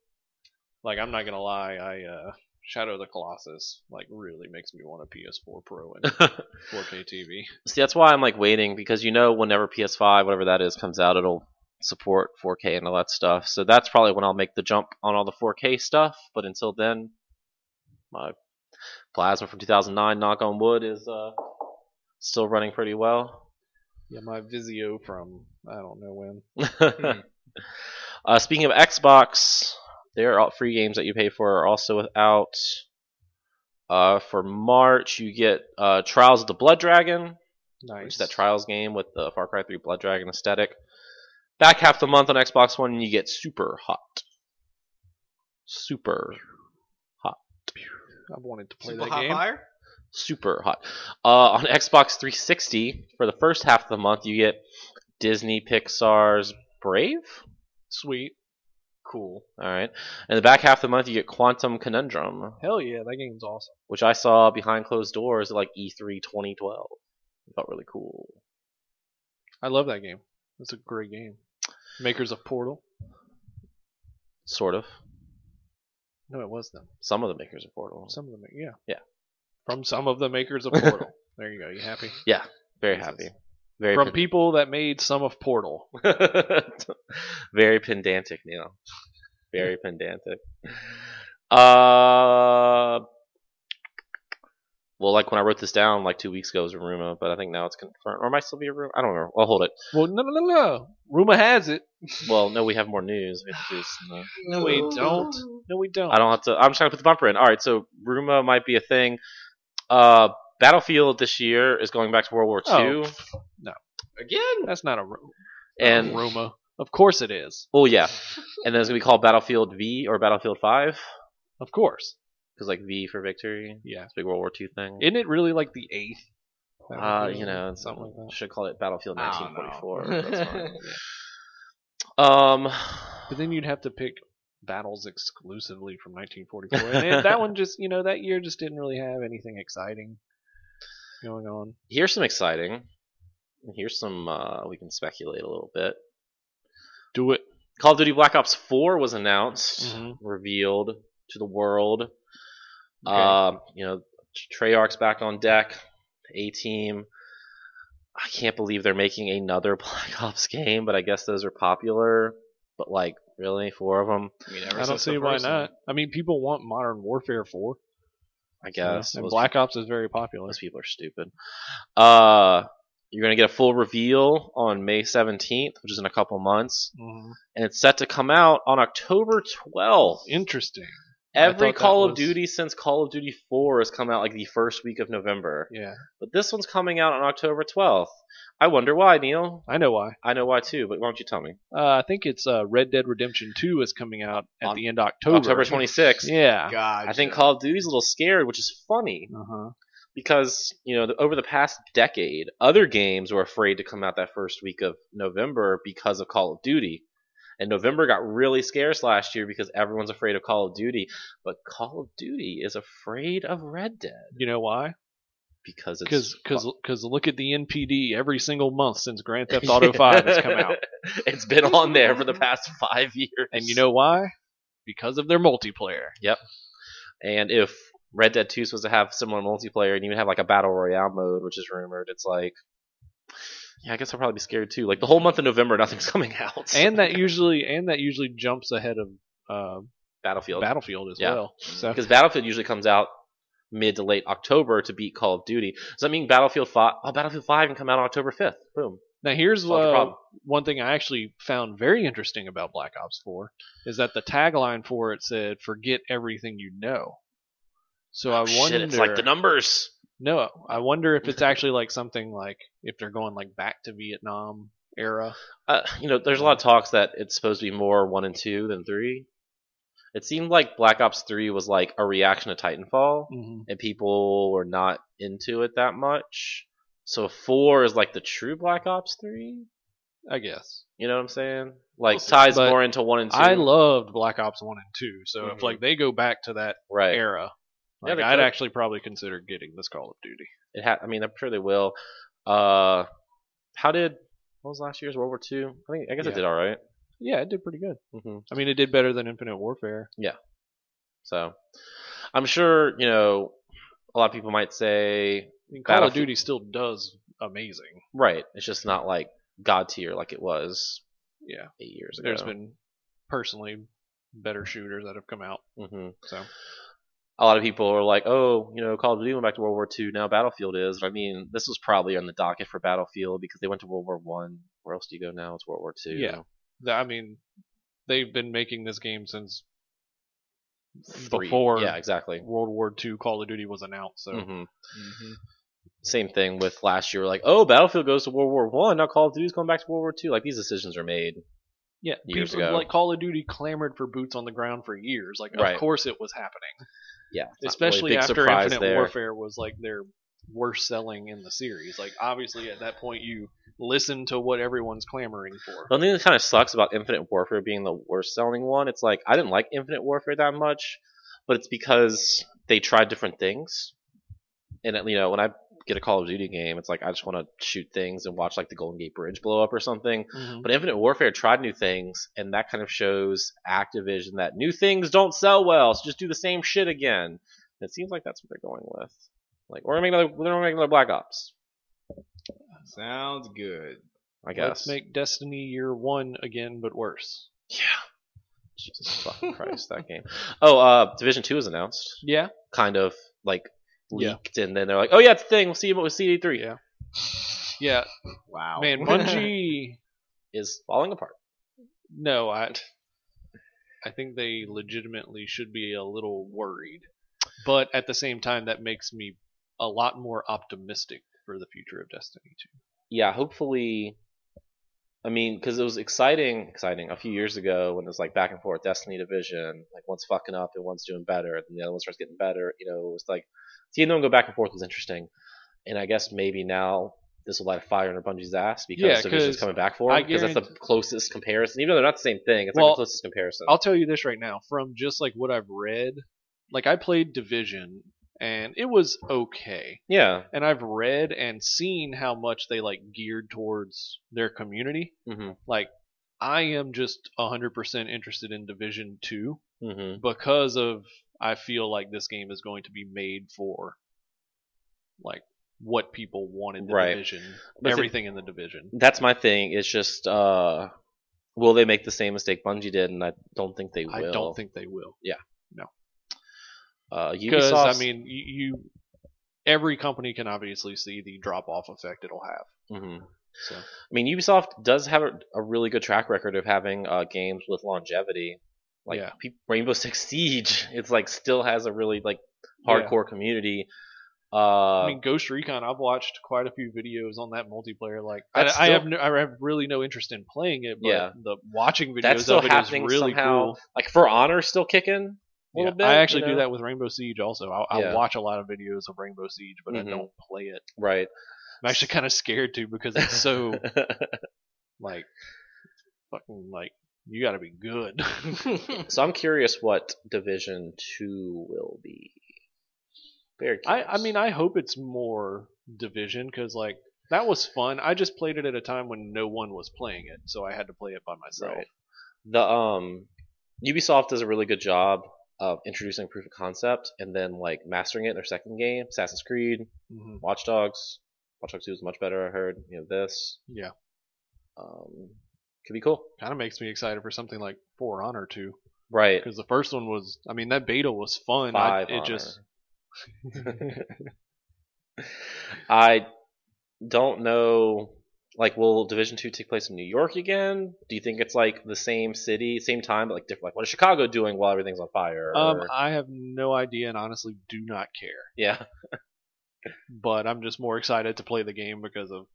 Speaker 3: like, I'm not gonna lie, I uh, Shadow of the Colossus like really makes me want a PS4 Pro and 4K TV.
Speaker 2: See, that's why I'm like waiting because you know whenever PS5, whatever that is, comes out, it'll support 4K and all that stuff. So that's probably when I'll make the jump on all the 4K stuff. But until then, my plasma from 2009, knock on wood, is uh, still running pretty well.
Speaker 3: Yeah, my Vizio from I don't know when.
Speaker 2: Uh, speaking of Xbox, their all- free games that you pay for are also without. Uh, for March, you get uh, Trials of the Blood Dragon, which
Speaker 3: Nice.
Speaker 2: is that Trials game with the Far Cry 3 Blood Dragon aesthetic. Back half the month on Xbox One, you get Super Hot. Super,
Speaker 3: I wanted to play
Speaker 4: Super
Speaker 3: that
Speaker 4: Hot
Speaker 3: game.
Speaker 4: Fire?
Speaker 2: super hot. Uh, on Xbox 360, for the first half of the month, you get Disney Pixar's Brave.
Speaker 3: Sweet. Cool.
Speaker 2: All right, and the back half of the month, you get Quantum Conundrum.
Speaker 3: Hell yeah, that game's awesome.
Speaker 2: which I saw behind closed doors at like E E3 2012. I thought really cool.
Speaker 3: I love that game. It's a great game. Makers of Portal.
Speaker 2: Sort of.
Speaker 3: No, it was them.
Speaker 2: Some of the makers of Portal.
Speaker 3: Some of them. Yeah.
Speaker 2: Yeah.
Speaker 3: From some of the makers of Portal. there you go. You happy?
Speaker 2: Very
Speaker 3: Jesus.
Speaker 2: happy. Very
Speaker 3: From people that made some of Portal.
Speaker 2: ped- very pedantic, Neil. Very pedantic. Uh, well, like when I wrote this down like two weeks ago, it was a rumor, but I think now it's confirmed. Or might still be a rumor. I don't know. I'll hold it.
Speaker 3: Well, no, no, no, no. Rumor has it.
Speaker 2: Well, no, we have more news. We have to do this in the-
Speaker 3: No, we don't. No, we don't.
Speaker 2: I don't have to. I'm just trying to put the bumper in. All right, so Ruma might be a thing. Uh, Battlefield this year is going back to World War
Speaker 3: Oh.
Speaker 2: II,
Speaker 4: Again?
Speaker 3: That's not a, ru- not a
Speaker 2: and
Speaker 3: rumor. Of course it is.
Speaker 2: oh yeah, and then it's gonna be called Battlefield V or Battlefield Five
Speaker 3: Of course.
Speaker 2: because like V for victory,
Speaker 3: Yeah.
Speaker 2: it's a big World War II thing.
Speaker 3: Isn't it really like the eighth?
Speaker 2: uh, you know,
Speaker 3: something like that.
Speaker 2: Should call it Battlefield
Speaker 4: I don't
Speaker 2: 1944.
Speaker 4: know.
Speaker 2: That's fine. um,
Speaker 3: But then you'd have to pick battles exclusively from 1944, and it- that one just, you know, that year just didn't really have anything exciting going on.
Speaker 2: here's some exciting. Here's some uh, we can speculate a little bit.
Speaker 3: Do it.
Speaker 2: Call of Duty Black Ops 4 was announced,
Speaker 3: Mhm.
Speaker 2: revealed to the world.
Speaker 3: Okay.
Speaker 2: Um, you know, Treyarch's back on deck, A team. I can't believe they're making another Black Ops game, but I guess those are popular. But like, really, four of them?
Speaker 4: I, mean, ever
Speaker 3: I don't
Speaker 4: since
Speaker 3: see
Speaker 4: the
Speaker 3: why
Speaker 4: first
Speaker 3: not. I mean, people want Modern Warfare 4.
Speaker 2: I
Speaker 3: you know,
Speaker 2: guess
Speaker 3: and
Speaker 2: Those-
Speaker 3: Black Ops is very popular.
Speaker 2: those people are stupid. Uh, you're gonna get a full reveal on May 17th, which is in a couple months,
Speaker 3: Mhm.
Speaker 2: and it's set to come out on October 12th.
Speaker 3: Interesting. I
Speaker 2: Every
Speaker 3: thought that
Speaker 2: Call of
Speaker 3: was-
Speaker 2: Duty since Call of Duty 4 has come out like the first week of November.
Speaker 3: Yeah,
Speaker 2: But this one's coming out on October 12th. I wonder why, Neil.
Speaker 3: I know why.
Speaker 2: I know why too, but why don't you tell me?
Speaker 3: Uh, I think it's uh, Red Dead Redemption 2 is coming out at
Speaker 2: On
Speaker 3: the end of October.
Speaker 2: October 26th.
Speaker 3: Yeah.
Speaker 4: God.
Speaker 2: I think Call of Duty's a little scared, which is funny.
Speaker 3: Uh-huh.
Speaker 2: because you know the, over the past decade, other games were afraid to come out that first week of November because of Call of Duty. And November got really scarce last year because everyone's afraid of Call of Duty, but Call of Duty is afraid of Red Dead
Speaker 3: You know why?
Speaker 2: because it's
Speaker 3: Because because look at the NPD every single month since Grand Theft Auto Five has come out,
Speaker 2: it's been on there for the past five years.
Speaker 3: and you know why? Because of their multiplayer.
Speaker 2: and if Red Dead 2 is supposed to have similar multiplayer and even have like a battle royale mode, which is rumored, it's like, yeah, I guess I'll probably be scared too. Like the whole month of November, nothing's coming out.
Speaker 3: and that usually and that usually jumps ahead of uh,
Speaker 2: Battlefield,
Speaker 3: Battlefield as
Speaker 2: Yeah.
Speaker 3: well. So
Speaker 2: because Battlefield usually comes out mid to late October to beat Call of Duty. Does that mean Battlefield 5? Oh, Battlefield 5 can come out on October 5th. Boom.
Speaker 3: now here's
Speaker 2: Solve the
Speaker 3: uh,
Speaker 2: problem.
Speaker 3: one thing I actually found very interesting about Black Ops 4 is that the tagline for it said "Forget everything you know." So I
Speaker 2: Oh,
Speaker 3: wonder.
Speaker 2: Shit, it's like the numbers.
Speaker 3: no, I wonder if it's actually like something like if they're going like back to Vietnam era.
Speaker 2: Uh, you know, there's a lot of talks that it's supposed to be more one and two than three. It seemed like Black Ops 3 was like a reaction to Titanfall.
Speaker 3: Mm-hmm.
Speaker 2: and people were not into it that much. So four is like the true Black Ops three.
Speaker 3: I guess.
Speaker 2: You know what I'm saying? Like
Speaker 3: We'll see,
Speaker 2: ties
Speaker 3: but
Speaker 2: more into one and two.
Speaker 3: I loved Black Ops One and Two, so
Speaker 2: Mhm.
Speaker 3: if like they go back to that
Speaker 2: right.
Speaker 3: era,
Speaker 2: Yeah,
Speaker 3: like,
Speaker 2: they
Speaker 3: I'd
Speaker 2: could.
Speaker 3: actually probably consider getting this Call of Duty.
Speaker 2: It ha- I mean, I'm sure they will. Uh, how did what was last year's World War Two? I think I guess it
Speaker 3: Yeah.
Speaker 2: did all right.
Speaker 3: Yeah, it did pretty good.
Speaker 2: Mm-hmm.
Speaker 3: I mean, it did better than Infinite Warfare.
Speaker 2: So I'm sure you know a lot of people might say
Speaker 3: I mean, Call of
Speaker 2: Battlefield-
Speaker 3: Duty still does amazing.
Speaker 2: right. It's just not like god tier like it was
Speaker 3: Yeah,
Speaker 2: eight years ago.
Speaker 3: there's been personally better shooters that have come out.
Speaker 2: hmm
Speaker 3: Mm-hmm. So
Speaker 2: a lot of people are like, oh, you know, Call of Duty went back to World War II. Now Battlefield is. But I mean, this was probably on the docket for Battlefield because they went to World War One. Where else do you go now? It's World War II.
Speaker 3: Yeah. th- I mean, they've been making this game since
Speaker 2: Three.
Speaker 3: Before- Mm-hmm.
Speaker 2: Yeah, exactly.
Speaker 3: World War II Call of Duty was announced. So
Speaker 2: hmm Same thing with last year. Like, oh, Battlefield goes to World War One. Now Call of Duty's going back to World War II. Like these decisions are made.
Speaker 3: yeah,
Speaker 2: Years
Speaker 3: people
Speaker 2: ago.
Speaker 3: like Call of Duty clamored for boots on the ground for years. Like,
Speaker 2: Right.
Speaker 3: of course it was happening,
Speaker 2: Yeah, it's not really a
Speaker 3: especially
Speaker 2: big
Speaker 3: after
Speaker 2: surprise
Speaker 3: Infinite
Speaker 2: there.
Speaker 3: Warfare was like their worst selling in the series. Like, obviously at that point you listen to what everyone's clamoring for.
Speaker 2: The only thing that kind of sucks about Infinite Warfare being the worst selling one, it's like I didn't like Infinite Warfare that much, but it's because they tried different things. And you know, when I get a Call of Duty game, it's like I just want to shoot things and watch like the Golden Gate Bridge blow up or something.
Speaker 3: Mhm.
Speaker 2: But Infinite Warfare tried new things, and that kind of shows Activision that new things don't sell well, so just do the same shit again. And it seems like that's what they're going with. Like we're gonna make another, we're gonna make another Black Ops,
Speaker 4: Sounds good.
Speaker 2: I guess.
Speaker 3: Let's make Destiny Year One again, but worse.
Speaker 2: Yeah. Jesus fucking Christ, that game. Oh, uh, Division Two was announced,
Speaker 3: Yeah,
Speaker 2: kind of like
Speaker 3: Yeah.
Speaker 2: leaked, and then they're like, "Oh yeah, it's a thing. We'll see what CD three
Speaker 3: Yeah. yeah,
Speaker 4: Wow.
Speaker 3: man. Bungie,
Speaker 2: is falling apart."
Speaker 3: no, I, I think they legitimately should be a little worried, but at the same time, that makes me a lot more optimistic for the future of Destiny Two.
Speaker 2: Yeah, hopefully. I mean, because it was exciting, exciting a few years ago when it was like back and forth, Destiny Division, like one's fucking up and one's doing better, and the other one starts getting better. You know, it's like seeing them go back and forth was interesting, and I guess maybe now. This will light a fire under Bungie's ass because
Speaker 3: Yeah,
Speaker 2: Division's
Speaker 3: 'cause
Speaker 2: coming back for
Speaker 3: I
Speaker 2: him because that's the
Speaker 3: guarantee-
Speaker 2: closest comparison. Even though they're not the same thing, it's like
Speaker 3: Well,
Speaker 2: the closest comparison.
Speaker 3: I'll tell you this right now, from just like what I've read, like I played Division and it was okay.
Speaker 2: Yeah.
Speaker 3: And I've read and seen how much they like geared towards their community.
Speaker 2: Mm-hmm.
Speaker 3: like I am just 100% interested in Division 2
Speaker 2: Mm-hmm.
Speaker 3: because of I feel like this game is going to be made for like what people want in the
Speaker 2: Right.
Speaker 3: division,
Speaker 2: But see-
Speaker 3: everything in the division.
Speaker 2: That's my thing. It's just, uh, will they make the same mistake Bungie did? And I don't think they will.
Speaker 3: I don't think they will
Speaker 2: Uh,
Speaker 3: because I
Speaker 2: Ubisoft's-
Speaker 3: mean you, you every company can obviously see the drop off effect it'll have.
Speaker 2: Mhm.
Speaker 3: So
Speaker 2: I mean, Ubisoft does have a, a really good track record of having uh, games with longevity. Like
Speaker 3: Yeah.
Speaker 2: pe- Rainbow Six Siege, it's like still has a really like
Speaker 3: Yeah.
Speaker 2: hardcore community. Uh,
Speaker 3: I mean, Ghost Recon. I've watched quite a few videos on that multiplayer. Like, I,
Speaker 2: That's
Speaker 3: I
Speaker 2: still-
Speaker 3: have no, I have really no interest in playing it, but
Speaker 2: Yeah.
Speaker 3: the watching videos
Speaker 2: that's still
Speaker 3: of it is
Speaker 2: happening
Speaker 3: really
Speaker 2: somehow.
Speaker 3: cool.
Speaker 2: Like For Honor's still kicking. little
Speaker 3: Yeah,
Speaker 2: bit.
Speaker 3: I actually
Speaker 2: you know?
Speaker 3: do that with Rainbow Siege also. I'll,
Speaker 2: Yeah.
Speaker 3: I'll watch a lot of videos of Rainbow Siege, but
Speaker 2: Mhm.
Speaker 3: I don't play it.
Speaker 2: Right.
Speaker 3: I'm actually kind of scared to because it's so like fucking like you got to be good.
Speaker 2: so I'm curious what Division Two will be. Very
Speaker 3: I
Speaker 2: curious.
Speaker 3: I mean I hope it's more division because like that was fun. I just played it at a time when no one was playing it, so I had to play it by myself.
Speaker 2: Right. the um Ubisoft does a really good job of introducing proof of concept and then like mastering it in their second game, Assassin's Creed,
Speaker 3: hmm
Speaker 2: Watch Dogs. Watch Dogs 2 is much better, I heard. You know, this.
Speaker 3: Yeah,
Speaker 2: Um, could be cool.
Speaker 3: kind of makes me excited for something like For Honor two
Speaker 2: Right.
Speaker 3: because the first one was I mean that beta was fun. I,
Speaker 2: Five
Speaker 3: it just
Speaker 2: Honor. I don't know. Like, will Division Two take place in New York again? Do you think it's like the same city, same time, but like different? Like, what is Chicago doing while everything's on fire?
Speaker 3: um
Speaker 2: Or-
Speaker 3: I have no idea and honestly do not care.
Speaker 2: yeah,
Speaker 3: But I'm just more excited to play the game because of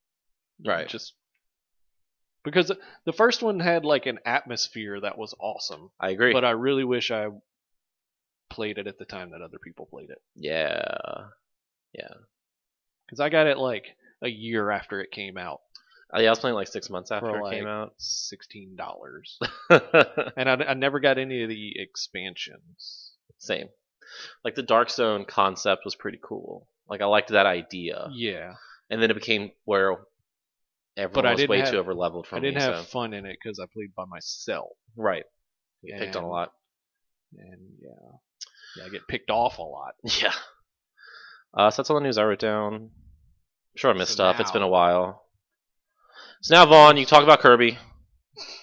Speaker 4: Right.
Speaker 3: just because the first one had like an atmosphere that was awesome
Speaker 2: I agree.
Speaker 3: but i really wish i played it at the time that other people played it
Speaker 2: yeah,
Speaker 3: because i got it like a year after it came out
Speaker 2: Uh, yeah, I was playing like six months after
Speaker 3: For,
Speaker 2: it
Speaker 3: like-
Speaker 2: came out.
Speaker 3: $16 and I, I never got any of the expansions
Speaker 2: same. Like the Dark Zone concept was pretty cool. Like I liked that idea,
Speaker 3: yeah
Speaker 2: and then it became where everyone
Speaker 3: I
Speaker 2: was
Speaker 3: didn't
Speaker 2: way
Speaker 3: have-
Speaker 2: too overleveled for
Speaker 3: i
Speaker 2: me.
Speaker 3: didn't have
Speaker 2: so.
Speaker 3: fun in it because i played by myself
Speaker 2: right, you picked on a
Speaker 3: And-
Speaker 2: lot.
Speaker 3: and yeah yeah i get picked off a lot
Speaker 2: Yeah. Uh, so that's all the news I wrote down. I'm sure I missed
Speaker 3: So
Speaker 2: stuff. it's been
Speaker 3: now-
Speaker 2: a while. So now, Vaughn, you can talk about Kirby.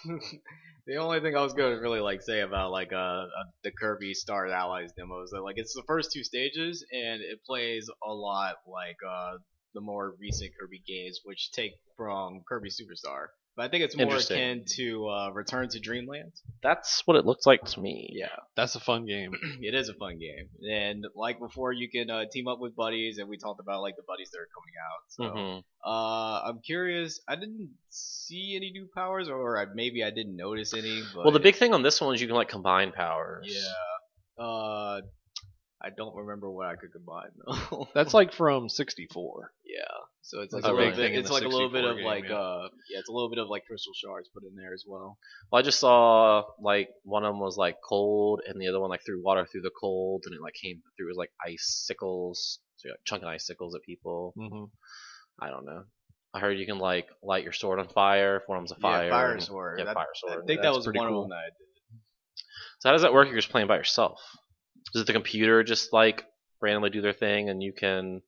Speaker 4: The only thing I was going to really like say about like uh, uh the Kirby Star Allies demo is that like it's the first two stages and it plays a lot like uh the more recent Kirby games which take from Kirby Superstar. But I think it's more
Speaker 2: Interesting.
Speaker 4: akin to uh, Return to Dreamland.
Speaker 2: That's what it looked like to me.
Speaker 4: Yeah,
Speaker 3: that's a fun game
Speaker 4: it is a fun game, and like before, you can uh, team up with buddies, and we talked about like the buddies that are coming out. So
Speaker 3: Oh,
Speaker 2: Mhm.
Speaker 4: uh, I'm curious. I didn't see any new powers, or I, maybe I didn't notice any. But
Speaker 2: Well, the big thing on this one is you can like combine powers.
Speaker 4: Yeah. Uh, I don't remember what I could combine though.
Speaker 3: that's like from 64
Speaker 4: yeah. So it's like
Speaker 3: That's
Speaker 2: a
Speaker 4: a little
Speaker 2: big
Speaker 4: bit.
Speaker 3: thing in
Speaker 4: It's
Speaker 3: the
Speaker 4: like a little bit
Speaker 3: 64
Speaker 4: of
Speaker 3: game,
Speaker 4: like
Speaker 3: yeah.
Speaker 4: uh, yeah, it's a little bit of like crystal shards put in there as well.
Speaker 2: Well, I just saw like one of them was like cold, and the other one like threw water through the cold, and it like came through as like icicles, so you're, like chunking icicles at people.
Speaker 3: mm-hmm.
Speaker 2: I don't know. I heard you can like light your sword on fire. If one of them's a fire.
Speaker 4: yeah, fire
Speaker 2: and-
Speaker 4: sword.
Speaker 2: Yeah,
Speaker 4: That-
Speaker 2: fire
Speaker 4: I
Speaker 2: sword.
Speaker 4: think that
Speaker 3: That's
Speaker 4: was
Speaker 3: pretty
Speaker 4: one
Speaker 3: cool.
Speaker 4: of them. That
Speaker 2: So how does that work? if You're just playing by yourself. Does the computer just like randomly do their thing and you can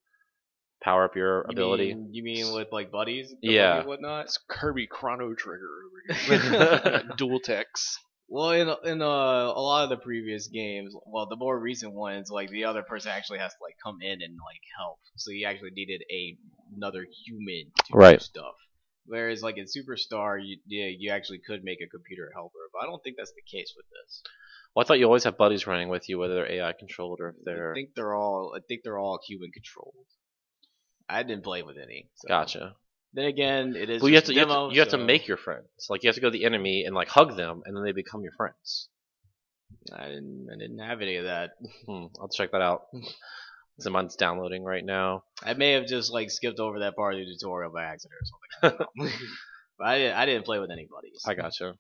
Speaker 2: power up your
Speaker 4: You
Speaker 2: ability?
Speaker 4: mean- You mean, with like buddies? and
Speaker 2: Yeah.
Speaker 4: Whatnot.
Speaker 3: That's Kirby Chrono Trigger over here. Dual techs.
Speaker 4: Well, in in uh, a lot of the previous games, well, the more recent ones, like the other person actually has to like come in and like help. So you actually needed a another human to do
Speaker 2: Right.
Speaker 4: stuff. Whereas like in Superstar, you yeah, you actually could make a computer helper, but I don't think that's the case with this.
Speaker 2: Well, I thought you always have buddies running with you, whether they're AI controlled or if
Speaker 4: I
Speaker 2: they're.
Speaker 4: think they're all I think they're all human controlled. I didn't play with any. So.
Speaker 2: Gotcha.
Speaker 4: Then again, it is
Speaker 2: Well, you have
Speaker 4: just
Speaker 2: to
Speaker 4: a
Speaker 2: you,
Speaker 4: demo,
Speaker 2: have to you have to
Speaker 4: so
Speaker 2: make your friends. Like you have to go to the enemy and like hug them, and then they become your friends.
Speaker 4: I didn't I didn't have any of that.
Speaker 2: Hmm, I'll check that out. So mine's downloading right now.
Speaker 4: I may have just like skipped over that part of the tutorial by accident or something. I don't know. but I didn't, I didn't play with anybody.
Speaker 2: I gotcha.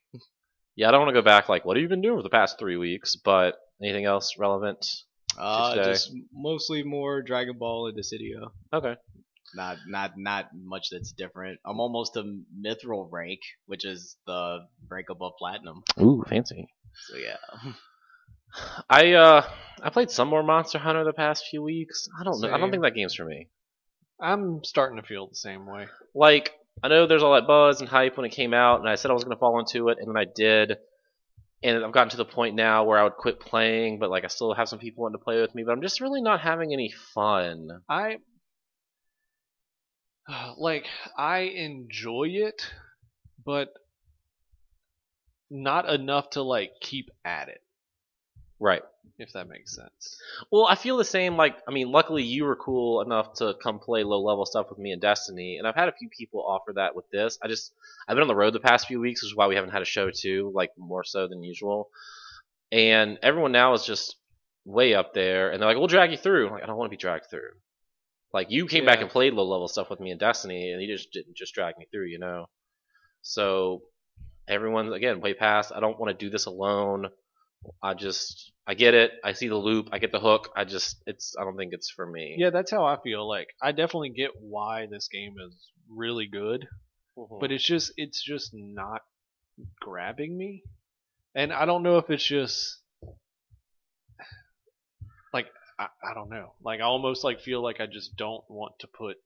Speaker 2: Yeah, I don't want to go back. Like, what have you been doing for the past three weeks? But anything else relevant?
Speaker 4: uh,
Speaker 2: today.
Speaker 4: just mostly more Dragon Ball and Dissidio.
Speaker 2: Okay.
Speaker 4: Not not not much that's different. I'm almost to Mithril rank, which is the rank above platinum.
Speaker 2: Ooh, fancy.
Speaker 4: So yeah,
Speaker 2: I uh I played some more Monster Hunter the past few weeks. I don't know. I don't
Speaker 3: Same.
Speaker 2: think that game's for me.
Speaker 3: I'm starting to feel the same way.
Speaker 2: Like I know there's all that buzz and hype when it came out, and I said I was gonna fall into it, and then I did. And I've gotten to the point now where I would quit playing, but like I still have some people wanting to play with me, but I'm just really not having any fun.
Speaker 3: I like I enjoy it, but not enough to like keep at it,
Speaker 2: Right.
Speaker 3: if that makes sense.
Speaker 2: Well, I feel the same. Like I mean, luckily you were cool enough to come play low level stuff with me in Destiny, and I've had a few people offer that with this. I just I've been on the road the past few weeks, which is why we haven't had a show too, like more so than usual. And everyone now is just way up there, and they're like, "We'll drag you through." I'm like, I don't want to be dragged through. Like you came back
Speaker 4: Yeah.
Speaker 2: and played low level stuff with me in Destiny, and you just didn't just drag me through, you know. So everyone's again way past. I don't want to do this alone. I just I get it. I see the loop. I get the hook. I just it's I don't think it's for me.
Speaker 3: Yeah, that's how I feel. Like I definitely get why this game is really good,
Speaker 2: but
Speaker 3: but it's just it's just not grabbing me. And I don't know if it's just like I, I don't know. Like I almost like feel like I just don't want to put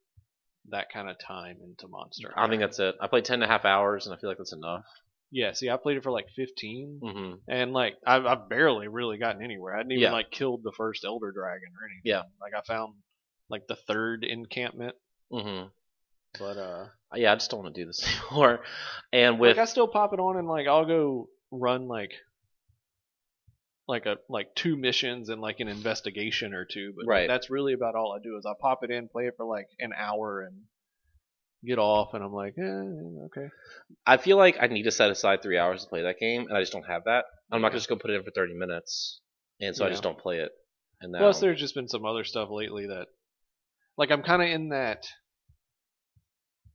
Speaker 3: that kind of time into Monster.
Speaker 2: I think that's it. I played ten and a half hours, and I feel like that's enough.
Speaker 3: Yeah, see I played it for like 15
Speaker 2: Mm-hmm.
Speaker 3: and like I've, I've barely really gotten anywhere. I hadn't even
Speaker 2: Yeah.
Speaker 3: like killed the first elder dragon or anything.
Speaker 2: Yeah.
Speaker 3: Like I found like the third encampment,
Speaker 2: Mm-hmm.
Speaker 3: but uh
Speaker 2: Yeah, I just don't want to do this anymore. And with
Speaker 3: like I still pop it on and like I'll go run like like a like two missions and like an investigation or two, but
Speaker 2: Right.
Speaker 3: that's really about all I do is I pop it in, play it for like an hour and get off and I'm like, eh, okay.
Speaker 2: I feel like I need to set aside three hours to play that game, and I just don't have that. I'm not just gonna put it in for 30 minutes, and so I
Speaker 3: Yeah.
Speaker 2: just don't play it. And now,
Speaker 3: Plus there's just been some other stuff lately that like I'm kinda in that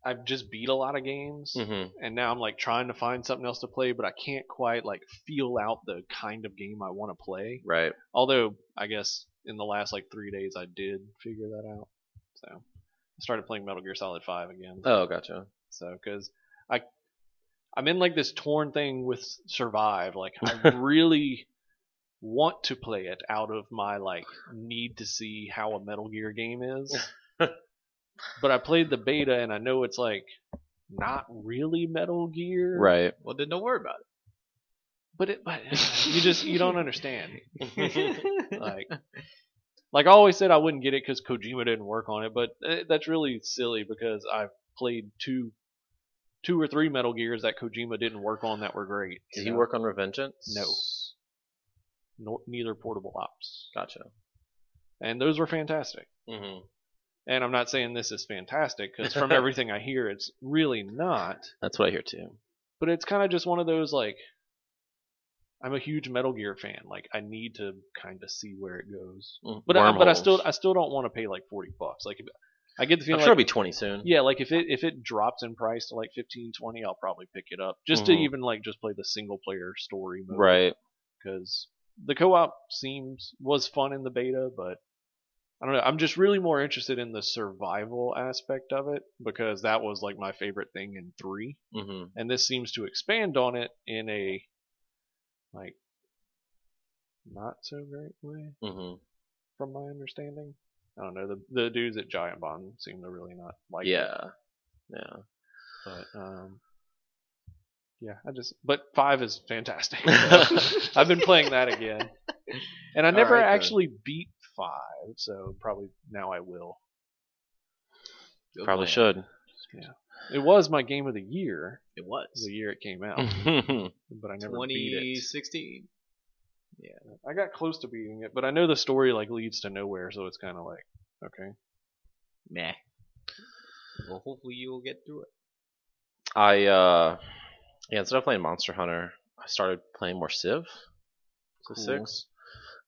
Speaker 3: I've just beat a lot of games
Speaker 2: Mhm.
Speaker 3: and now I'm like trying to find something else to play, but I can't quite like feel out the kind of game I want to play.
Speaker 2: right?
Speaker 3: Although I guess in the last like three days I did figure that out. So I started playing Metal Gear Solid Five again.
Speaker 2: Oh, gotcha.
Speaker 3: So because I I'm in like this torn thing with Survive. Like I really want to play it out of my like need to see how a Metal Gear game is. but I played the beta and I know it's like not really Metal Gear.
Speaker 2: Right.
Speaker 4: Well, then don't worry about
Speaker 3: But it but you just you don't understand.
Speaker 4: it.
Speaker 3: like like I always said I wouldn't get it because Kojima didn't work on it, but eh, that's really silly because I've played two two or three Metal Gears that Kojima didn't work on that were great.
Speaker 2: Did
Speaker 3: you
Speaker 2: he
Speaker 3: know?
Speaker 2: work on Revengeance?
Speaker 3: No. Nor, neither Portable Ops,
Speaker 2: Gotcha.
Speaker 3: and those were fantastic.
Speaker 2: hmm
Speaker 3: And I'm not saying this is fantastic because from everything I hear, it's really not.
Speaker 2: That's what I hear too.
Speaker 3: But it's kind of just one of those like I'm a huge Metal Gear fan. Like I need to kind of see where it goes.
Speaker 2: Mm-hmm.
Speaker 3: But I, but I still I still don't want to pay like forty bucks. Like if, I get the
Speaker 2: I'm
Speaker 3: feeling
Speaker 2: sure it'll
Speaker 3: like
Speaker 2: be 20 soon.
Speaker 3: Yeah, like if it if it drops in price to like 15, 20, I'll probably pick it up just to
Speaker 2: Mhm.
Speaker 3: even like just play the single player story mode.
Speaker 2: Right.
Speaker 3: Because the co-op seems was fun in the beta, but I don't know. I'm just really more interested in the survival aspect of it because that was like my favorite thing in three,
Speaker 2: hmm
Speaker 3: and this seems to expand on it in a like not so great way
Speaker 2: hmm
Speaker 3: from my understanding. I don't know. The the dudes at Giant Bomb seem to really not like it.
Speaker 2: Yeah. Yeah.
Speaker 3: But um, yeah, I just but five is fantastic. I've been playing that again, and I
Speaker 4: All
Speaker 3: never
Speaker 4: right, then.
Speaker 3: actually beat five, so probably now I will.
Speaker 4: Good
Speaker 2: Probably
Speaker 4: plan.
Speaker 2: should.
Speaker 3: It was my game of the year
Speaker 4: It
Speaker 3: the
Speaker 4: was
Speaker 3: year it came out,
Speaker 2: mm-hmm.
Speaker 3: but I never beat it.
Speaker 4: 2016.
Speaker 3: I got close to beating it, but I know the story like leads to nowhere, so it's kind of like okay,
Speaker 4: Meh. Well, hopefully you will get through it.
Speaker 2: I uh, yeah. Instead of playing Monster Hunter, I started playing more Civ. So
Speaker 3: Cool.
Speaker 2: six.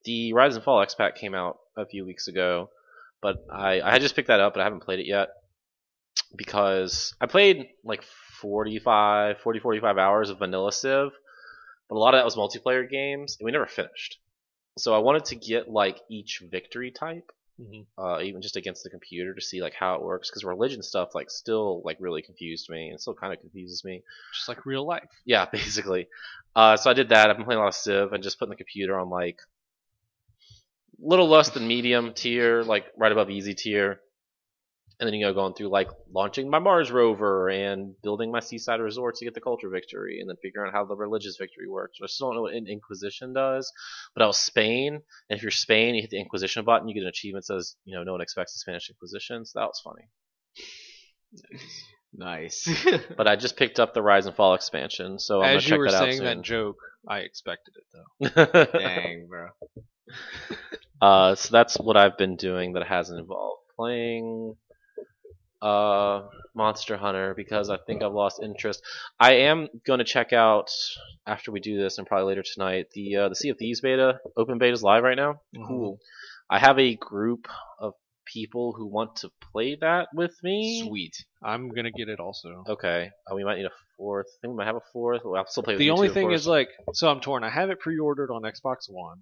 Speaker 2: The Rise and Fall X Pack came out a few weeks ago, but I I had just picked that up, but I haven't played it yet because I played like 45, 40, 45 hours of Vanilla Civ, but a lot of that was multiplayer games, and we never finished. So I wanted to get like each victory type,
Speaker 3: Mhm.
Speaker 2: uh, even just against the computer to see like how it works, because religion stuff like still like really confused me and still kind of confuses me.
Speaker 3: just like real life.
Speaker 2: Yeah, basically. Uh, so I did that. I've been playing a lot of Civ and just putting the computer on like little less than medium tier, like right above easy tier. And then you know going through like launching my Mars rover and building my seaside resort to get the culture victory, and then figuring out how the religious victory works. I still don't know what an Inquisition does, but I was Spain, and if you're Spain, you hit the Inquisition button, you get an achievement that says you know no one expects the Spanish Inquisition. So that was funny
Speaker 4: Nice.
Speaker 2: but I just picked up the Rise and Fall expansion, so I'm
Speaker 3: As you
Speaker 2: gonna
Speaker 3: were
Speaker 2: check that
Speaker 3: saying that
Speaker 2: out
Speaker 3: joke, I expected it though.
Speaker 2: soon.
Speaker 4: Dang, bro.
Speaker 2: uh, so that's what I've been doing that hasn't involved playing uh, Monster Hunter because I think I've lost interest. I am going to check out. after we do this and probably later tonight, the uh, the Sea of Thieves beta, open beta is live right now.
Speaker 4: Cool.
Speaker 2: I have a group of people who want to play that with me.
Speaker 4: Sweet.
Speaker 3: I'm gonna get it also.
Speaker 2: Okay, uh, we might need a fourth. I think we might have a fourth. Well, I'll still play. With
Speaker 3: The
Speaker 2: you
Speaker 3: only
Speaker 2: two, of
Speaker 3: thing
Speaker 2: course.
Speaker 3: is like, so I'm torn. I have it pre-ordered on Xbox One,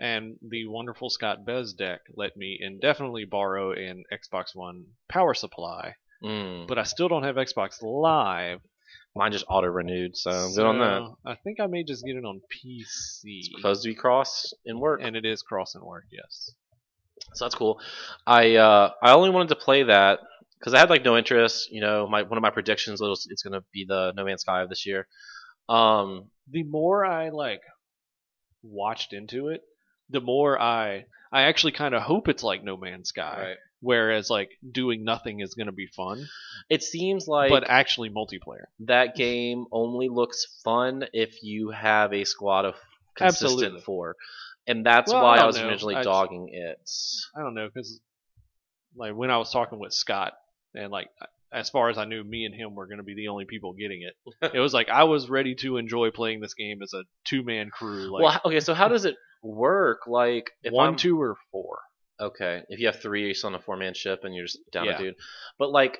Speaker 3: and the wonderful Scott Bez deck let me indefinitely borrow an Xbox One power supply,
Speaker 2: Mm.
Speaker 3: but I still don't have Xbox Live.
Speaker 2: mine just auto renewed, so I'm good on that.
Speaker 3: so I think I may just get it on PC,
Speaker 2: It's supposed to be cross and work.
Speaker 3: and it is cross and work. Yes.
Speaker 2: So that's cool. I uh, I only wanted to play that because I had like no interest. You know, my one of my predictions was it's going to be the No Man's Sky of this year. Um,
Speaker 3: the more I like watched into it, the more I I actually kind of hope it's like No Man's Sky,
Speaker 4: Right.
Speaker 3: whereas like doing nothing is going to be fun,
Speaker 2: it seems like
Speaker 3: but actually multiplayer.
Speaker 2: that game only looks fun if you have a squad of consistent
Speaker 3: Absolutely.
Speaker 2: four, and that's
Speaker 3: Well,
Speaker 2: why
Speaker 3: I
Speaker 2: I,
Speaker 3: don't
Speaker 2: was
Speaker 3: know.
Speaker 2: originally
Speaker 3: I-
Speaker 2: dogging it.
Speaker 3: I don't know because like when I was talking with Scott and like as far as I knew, me and him were going to be the only people getting it. it was like I was ready to enjoy playing this game as a two man crew, like
Speaker 2: well, h- okay, so how does it work? Like if
Speaker 3: one,
Speaker 2: I'm,
Speaker 3: two, or four.
Speaker 2: Okay, if you have three, you're still on a four man ship, and you're just down
Speaker 3: Yeah.
Speaker 2: a dude. But like,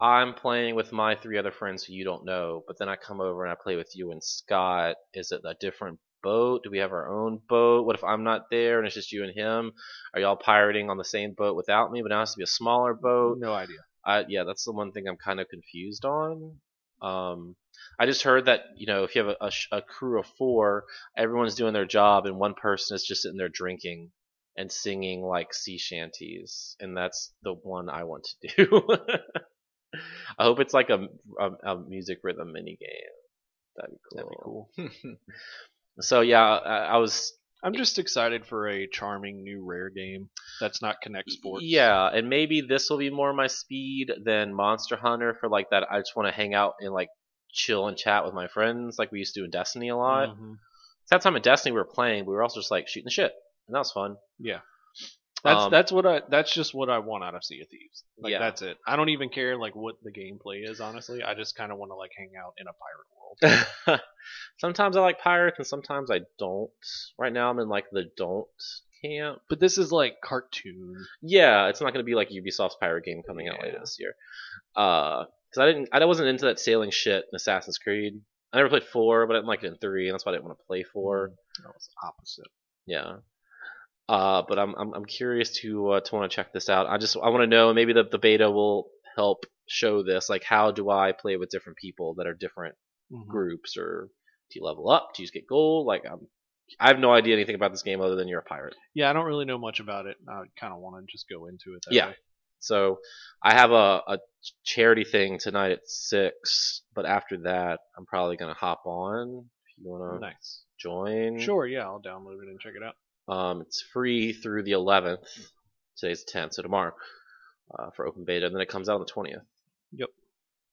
Speaker 2: I'm playing with my three other friends who you don't know, but then I come over and I play with you and Scott. Is it a different boat? Do we have our own boat? What if I'm not there and it's just you and him? Are y'all pirating on the same boat without me? But now it has to be a smaller boat.
Speaker 3: No idea.
Speaker 2: I, yeah, that's the one thing I'm kind of confused on. Um, I just heard that you know if you have a, a, sh- a crew of four, everyone's doing their job and one person is just sitting there drinking and singing like sea shanties, and that's the one I want to do. I hope it's like a, a, a music rhythm mini game. That'd be cool.
Speaker 3: That'd be cool.
Speaker 2: So yeah, I, I was
Speaker 3: I'm just excited for a charming new rare game that's not Connect Sports.
Speaker 2: Yeah, and maybe this will be more my speed than Monster Hunter for like that. I just want to hang out and like chill and chat with my friends, like we used to in Destiny a lot.
Speaker 3: Mhm.
Speaker 2: That time in Destiny we were playing, but we were also just like shooting the shit, and that was fun.
Speaker 3: That's
Speaker 2: Um,
Speaker 3: that's what I that's just what I want out of Sea of Thieves. Like
Speaker 2: Yeah.
Speaker 3: that's it. I don't even care like what the gameplay is, honestly. I just kinda wanna like hang out in a pirate world.
Speaker 2: sometimes I like pirates, and sometimes I don't. Right now I'm in like the don't camp.
Speaker 3: But this is like cartoon.
Speaker 2: Yeah, it's not going to be like Ubisoft's pirate game coming out later
Speaker 3: Yeah.
Speaker 2: this year. Because I didn't, I wasn't into that sailing shit in Assassin's Creed. I never played four, but I didn't like it in three, and that's why I didn't want to play four.
Speaker 3: That was opposite.
Speaker 2: Yeah. Uh, but I'm I'm, I'm curious to uh, to want to check this out. I just I want to know maybe the the beta will help show this. Like how do I play with different people that are different groups or do you level up? Do you just get gold? Like I'm I have no idea anything about this game other than you're a pirate.
Speaker 3: Yeah, I don't really know much about it. I kinda wanna just go into it that
Speaker 2: Yeah.
Speaker 3: way.
Speaker 2: So I have a, a charity thing tonight at six, but after that I'm probably gonna hop on if you wanna
Speaker 3: Nice.
Speaker 2: join.
Speaker 3: Sure, yeah, I'll download it and check it out.
Speaker 2: Um, it's free through the 11th. Today's the 10th, so tomorrow uh, for open beta, and then it comes out on the 20th.
Speaker 3: Yep.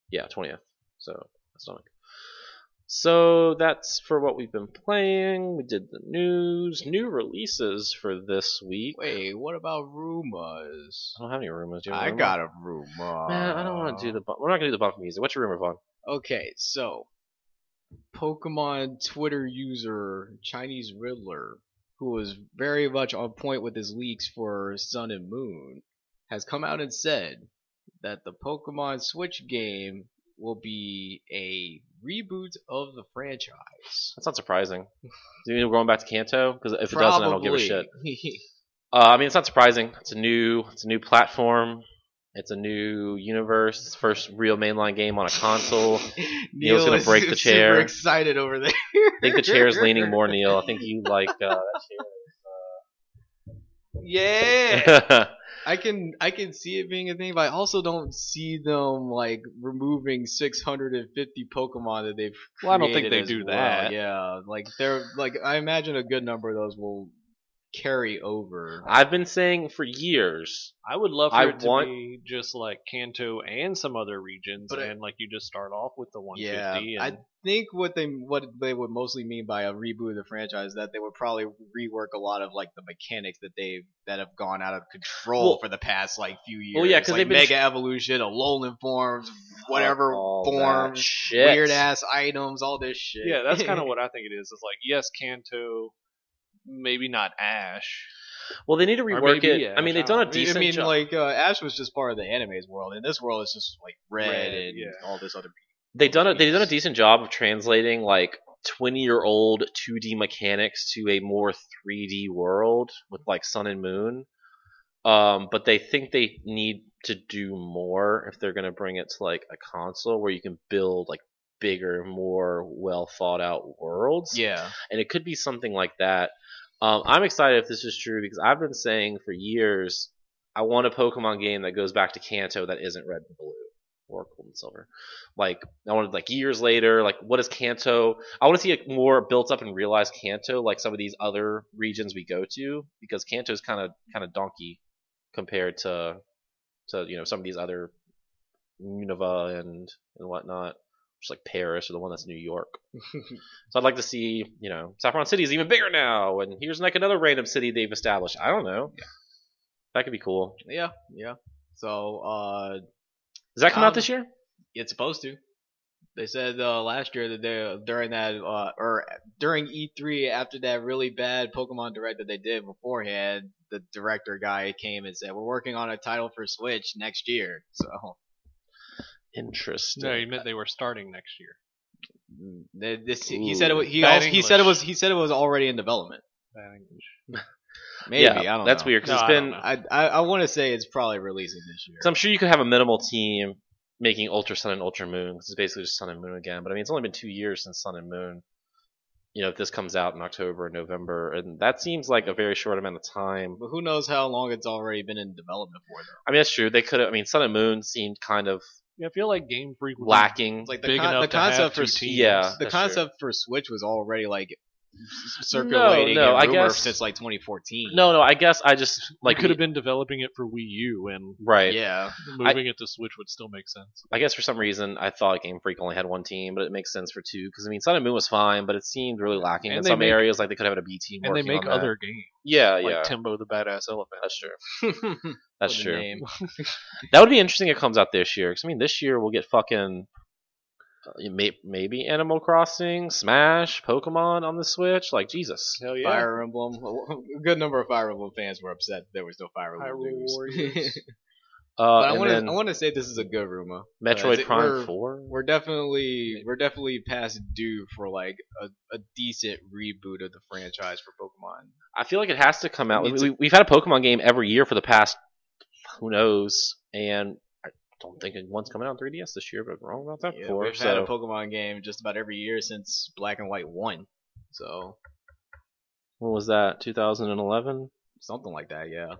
Speaker 2: Yeah, 20th. So that's not. So that's for what we've been playing. We did the news, new releases for this week.
Speaker 4: Wait, what about rumors?
Speaker 2: I don't have any rumors. Do you have a
Speaker 4: I
Speaker 2: rumor?
Speaker 4: got a rumor.
Speaker 2: Man, I don't want to do the. Bu- We're not gonna do the bump music. What's your rumor, Vaughn?
Speaker 4: Okay, so Pokemon Twitter user Chinese Riddler, who was very much on point with his leaks for Sun and Moon, has come out and said that the Pokemon Switch game will be a reboot of the franchise.
Speaker 2: That's not surprising. Do you mean we're going back to Kanto? Because if it doesn't, I don't give a shit.
Speaker 4: Probably.
Speaker 2: Uh, I mean, it's not surprising. It's a new, it's a new platform. It's a new universe. It's the first real mainline game on a console. I Neil's gonna
Speaker 4: is
Speaker 2: break the chair.
Speaker 4: Super excited over there. I
Speaker 2: think the chair is leaning more, Neil. I think you like. Uh,
Speaker 4: Yeah.
Speaker 2: that
Speaker 4: I can I can see it being a thing, but I also don't see them like removing 650 Pokemon that they've.
Speaker 3: Well, I don't think
Speaker 4: created
Speaker 3: they
Speaker 4: as
Speaker 3: do
Speaker 4: well.
Speaker 3: that.
Speaker 4: Yeah, like they're like I imagine a good number of those will carry over.
Speaker 2: I've been saying for years.
Speaker 3: I would love for
Speaker 2: I
Speaker 3: it to
Speaker 2: want-
Speaker 3: be just like Kanto and some other regions
Speaker 4: But I-
Speaker 3: and like you just start off with the one
Speaker 4: Yeah,
Speaker 3: fifty
Speaker 4: I
Speaker 3: and
Speaker 4: think what they what they would mostly mean by a reboot of the franchise is that they would probably rework a lot of like the mechanics that they that have gone out of control
Speaker 2: Well-
Speaker 4: for the past like few years.
Speaker 2: Well, yeah, 'cause
Speaker 4: like
Speaker 2: they've been-
Speaker 4: mega evolution, Alolan forms, whatever
Speaker 2: all that
Speaker 4: forms,
Speaker 2: shit.
Speaker 4: weird ass items, all this shit.
Speaker 3: Yeah, that's kind of what I think it is. It's like yes, Kanto, maybe not Ash.
Speaker 2: Well, they need to rework
Speaker 3: maybe,
Speaker 2: it.
Speaker 3: yeah,
Speaker 2: I mean, they've
Speaker 3: I don't
Speaker 2: done a
Speaker 3: know.
Speaker 2: decent
Speaker 4: I mean,
Speaker 2: job.
Speaker 4: like uh, Ash was just part of the anime's world, and this world is just like red,
Speaker 3: Red,
Speaker 4: and
Speaker 3: yeah.
Speaker 4: all this other.
Speaker 2: they done a, they done a decent job of translating like 20 year old 2D mechanics to a more 3D world with like sun and moon. Um, but they think they need to do more if they're going to bring it to like a console where you can build like bigger, more well thought out worlds
Speaker 4: Yeah,
Speaker 2: and it could be something like that. Um, I'm excited if this is true because I've been saying for years I want a Pokemon game that goes back to Kanto that isn't Red and Blue or Gold and Silver. Like I wanted like years later, like what is Kanto? I want to see it more built up and realize Kanto like some of these other regions we go to because Kanto's kind of kind of donkey compared to to you know some of these other Unova and and whatnot, just like Paris or the one that's New York. So I'd like to see, you know, Saffron City is even bigger now, and here's like another random city they've established. I don't know. That could be cool.
Speaker 4: yeah, yeah. So uh,
Speaker 2: Does that come
Speaker 4: Um,
Speaker 2: out this year?
Speaker 4: it's supposed to. They said uh, last year that they during that uh, or during E3 after that really bad Pokemon Direct that they did beforehand, the director guy came and said we're working on a title for Switch next year. So
Speaker 2: Interesting.
Speaker 3: No, you meant they were starting next year.
Speaker 4: th- this he
Speaker 2: Ooh.
Speaker 4: said it, wa- he
Speaker 3: Bad
Speaker 4: also, he said it
Speaker 3: English.
Speaker 4: was he said it was already in development.
Speaker 3: Bad English.
Speaker 4: Maybe
Speaker 2: yeah,
Speaker 4: I don't
Speaker 2: that's
Speaker 4: know.
Speaker 2: weird because
Speaker 3: No,
Speaker 2: it's
Speaker 3: I don't
Speaker 2: been.
Speaker 3: know.
Speaker 4: I I, I want to say it's probably releasing this year.
Speaker 2: So I'm sure you could have a minimal team making Ultra Sun and Ultra Moon. 'cause it's basically just Sun and Moon again. But I mean, it's only been two years since Sun and Moon. You know, if this comes out in October or November, and that seems like a very short amount of time.
Speaker 4: but who knows how long it's already been in development for though.
Speaker 2: I mean, that's true. They could have. I mean, Sun and Moon seemed kind of
Speaker 3: Yeah, I feel like Game Freak would be
Speaker 2: lacking.
Speaker 4: It's like the,
Speaker 3: big
Speaker 4: con-
Speaker 3: enough
Speaker 4: the concept
Speaker 3: to
Speaker 4: for
Speaker 3: have
Speaker 4: s-
Speaker 3: two teams.
Speaker 2: yeah.
Speaker 4: the
Speaker 2: that's true.
Speaker 4: concept for Switch was already like s- circulating
Speaker 2: no,
Speaker 4: in
Speaker 2: I
Speaker 4: rumor
Speaker 2: guess-
Speaker 4: since like 2014.
Speaker 2: No, no. I guess I just
Speaker 3: Like
Speaker 2: like e
Speaker 3: could have been developing it for Wii U, and
Speaker 2: right.
Speaker 4: yeah,
Speaker 3: moving it to Switch would still make sense.
Speaker 2: I guess for some reason I thought Game Freak only had one team, but it makes sense for two because I mean Sun and Moon was fine, but it seemed really lacking
Speaker 3: And
Speaker 2: in
Speaker 3: they
Speaker 2: some
Speaker 3: make-
Speaker 2: areas. Like they could have had a B team.
Speaker 3: And they
Speaker 2: working
Speaker 3: make
Speaker 2: on that.
Speaker 3: other games
Speaker 2: yeah,
Speaker 3: like
Speaker 2: yeah.
Speaker 3: Timbo the Badass Elephant.
Speaker 2: that's true.
Speaker 4: that's
Speaker 2: That's true. That would be interesting. If it comes out this year because I mean this year we'll get fucking uh, may- maybe Animal Crossing, Smash, Pokemon on the Switch. Like Jesus,
Speaker 3: Hell yeah!
Speaker 4: Fire Emblem. A good number of Fire Emblem fans were upset there was no Fire Emblem
Speaker 3: Hyrule
Speaker 4: news.
Speaker 3: Warriors.
Speaker 2: uh,
Speaker 4: but I
Speaker 2: and
Speaker 4: want
Speaker 2: then
Speaker 4: to I want to say this is a good rumor.
Speaker 2: Metroid
Speaker 4: is it-
Speaker 2: Prime
Speaker 4: we're-
Speaker 2: Four.
Speaker 4: We're definitely we're definitely past due for like a, a decent reboot of the franchise for Pokemon.
Speaker 2: I feel like it has to come out.
Speaker 4: Needs
Speaker 2: We, we, have had a Pokemon game every year for the past who knows, and I don't think one's coming out on 3DS this year, but I'm wrong about that
Speaker 4: Yeah,
Speaker 2: before.
Speaker 4: we've
Speaker 2: so.
Speaker 4: had a Pokemon game just about every year since Black and White One, so
Speaker 2: when was that 2011
Speaker 4: something like that. Yeah.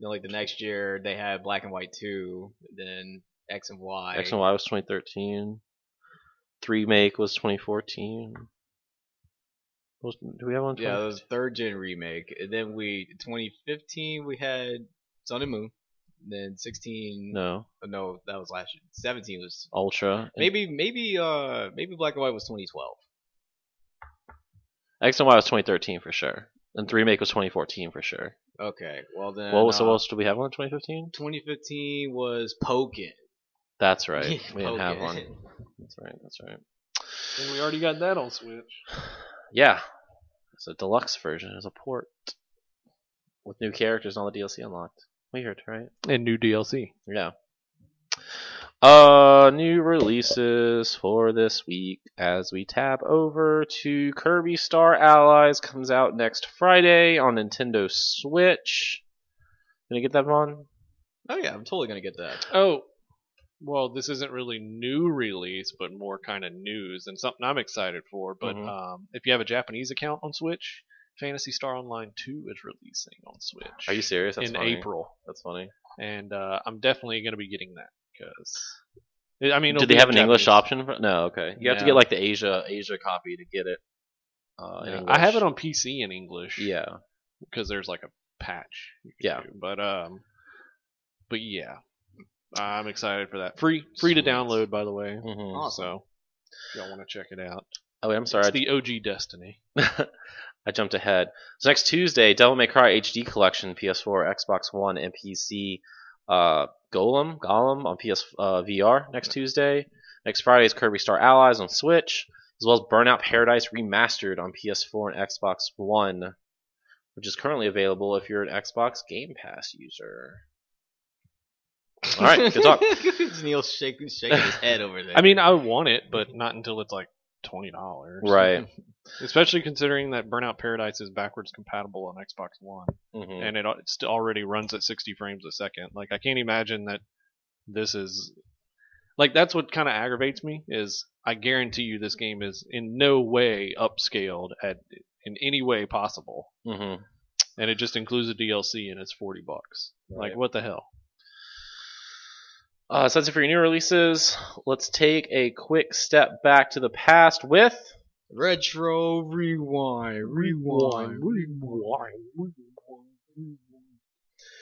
Speaker 4: Then like the next year they had Black and White Two, then X and Y.
Speaker 2: x and y was 2013 three make was 2014 was, do we have one
Speaker 4: Yeah, that was third gen remake. And then we 2015 we had Sun and Moon. And then 16 no.
Speaker 2: no
Speaker 4: no, that was last year. 17 was
Speaker 2: ultra maybe
Speaker 4: maybe maybe uh maybe Black and White was 2012.
Speaker 2: x and y was 2013 for sure and three make was 2014 for sure
Speaker 4: Okay. Well then
Speaker 2: well so
Speaker 4: uh,
Speaker 2: what else did we have one in 2015
Speaker 4: 2015 was Pokin.
Speaker 2: that's right we didn't have
Speaker 4: Pokin.
Speaker 2: one that's right that's right
Speaker 3: And we already got that on Switch.
Speaker 2: yeah it's a deluxe version it's a port with new characters and all the dlc unlocked weird right
Speaker 3: And new DLC.
Speaker 2: Yeah. Uh, new releases for this week as we tab over to Kirby Star Allies comes out next Friday on Nintendo Switch. Gonna get that on?
Speaker 4: Oh yeah, I'm totally gonna get that.
Speaker 3: Oh, well, this isn't really new release, but more kind of news and something I'm excited for. But
Speaker 2: Mhm.
Speaker 3: um, if you have a Japanese account on Switch, Fantasy Star Online 2 is releasing on Switch.
Speaker 2: Are you serious? That's
Speaker 3: in
Speaker 2: funny.
Speaker 3: April,
Speaker 2: That's funny.
Speaker 3: and uh, I'm definitely going to be getting that because I mean, it'll
Speaker 2: Did they
Speaker 3: be
Speaker 2: have an
Speaker 3: in
Speaker 2: English option?
Speaker 3: Japanese.
Speaker 2: For, no. Okay. You have to
Speaker 4: No.
Speaker 2: get like the Asia Asia copy to get it. Uh, in
Speaker 3: Yeah,
Speaker 2: English.
Speaker 3: I have it on PC in English.
Speaker 2: Yeah.
Speaker 3: because there's like a patch. you can
Speaker 2: Yeah.
Speaker 3: do. but um, but yeah, I'm excited for that. Free free to
Speaker 4: Sweet.
Speaker 3: download, by the way.
Speaker 2: Mhm.
Speaker 4: Awesome.
Speaker 3: So if y'all want to check it out.
Speaker 2: Oh, wait, I'm sorry. I
Speaker 3: It's the OG Destiny.
Speaker 2: I jumped ahead. So next Tuesday, Devil May Cry HD Collection, PS4, Xbox One, and PC. Uh, Golem, Golem on PS uh, VR next Tuesday. Next Friday is Kirby Star Allies on Switch, as well as Burnout Paradise Remastered on PS4 and Xbox One, which is currently available if you're an Xbox Game Pass user. All right, good talk.
Speaker 4: Neil's shaking, shaking his head over there.
Speaker 3: I mean, I want it, but not until it's like twenty dollars.
Speaker 2: Right.
Speaker 3: Especially considering that Burnout Paradise is backwards compatible on Xbox One,
Speaker 2: Mhm.
Speaker 3: and it al- it still already runs at sixty frames a second. Like I can't imagine that this is like that's what kind of aggravates me is I guarantee you this game is in no way upscaled at in any way possible,
Speaker 2: Mm-hmm.
Speaker 3: and it just includes a DLC and it's forty bucks. Like what the hell?
Speaker 2: Uh, so that's it for your new releases. Let's take a quick step back to the past with
Speaker 4: retro rewind, rewind, rewind.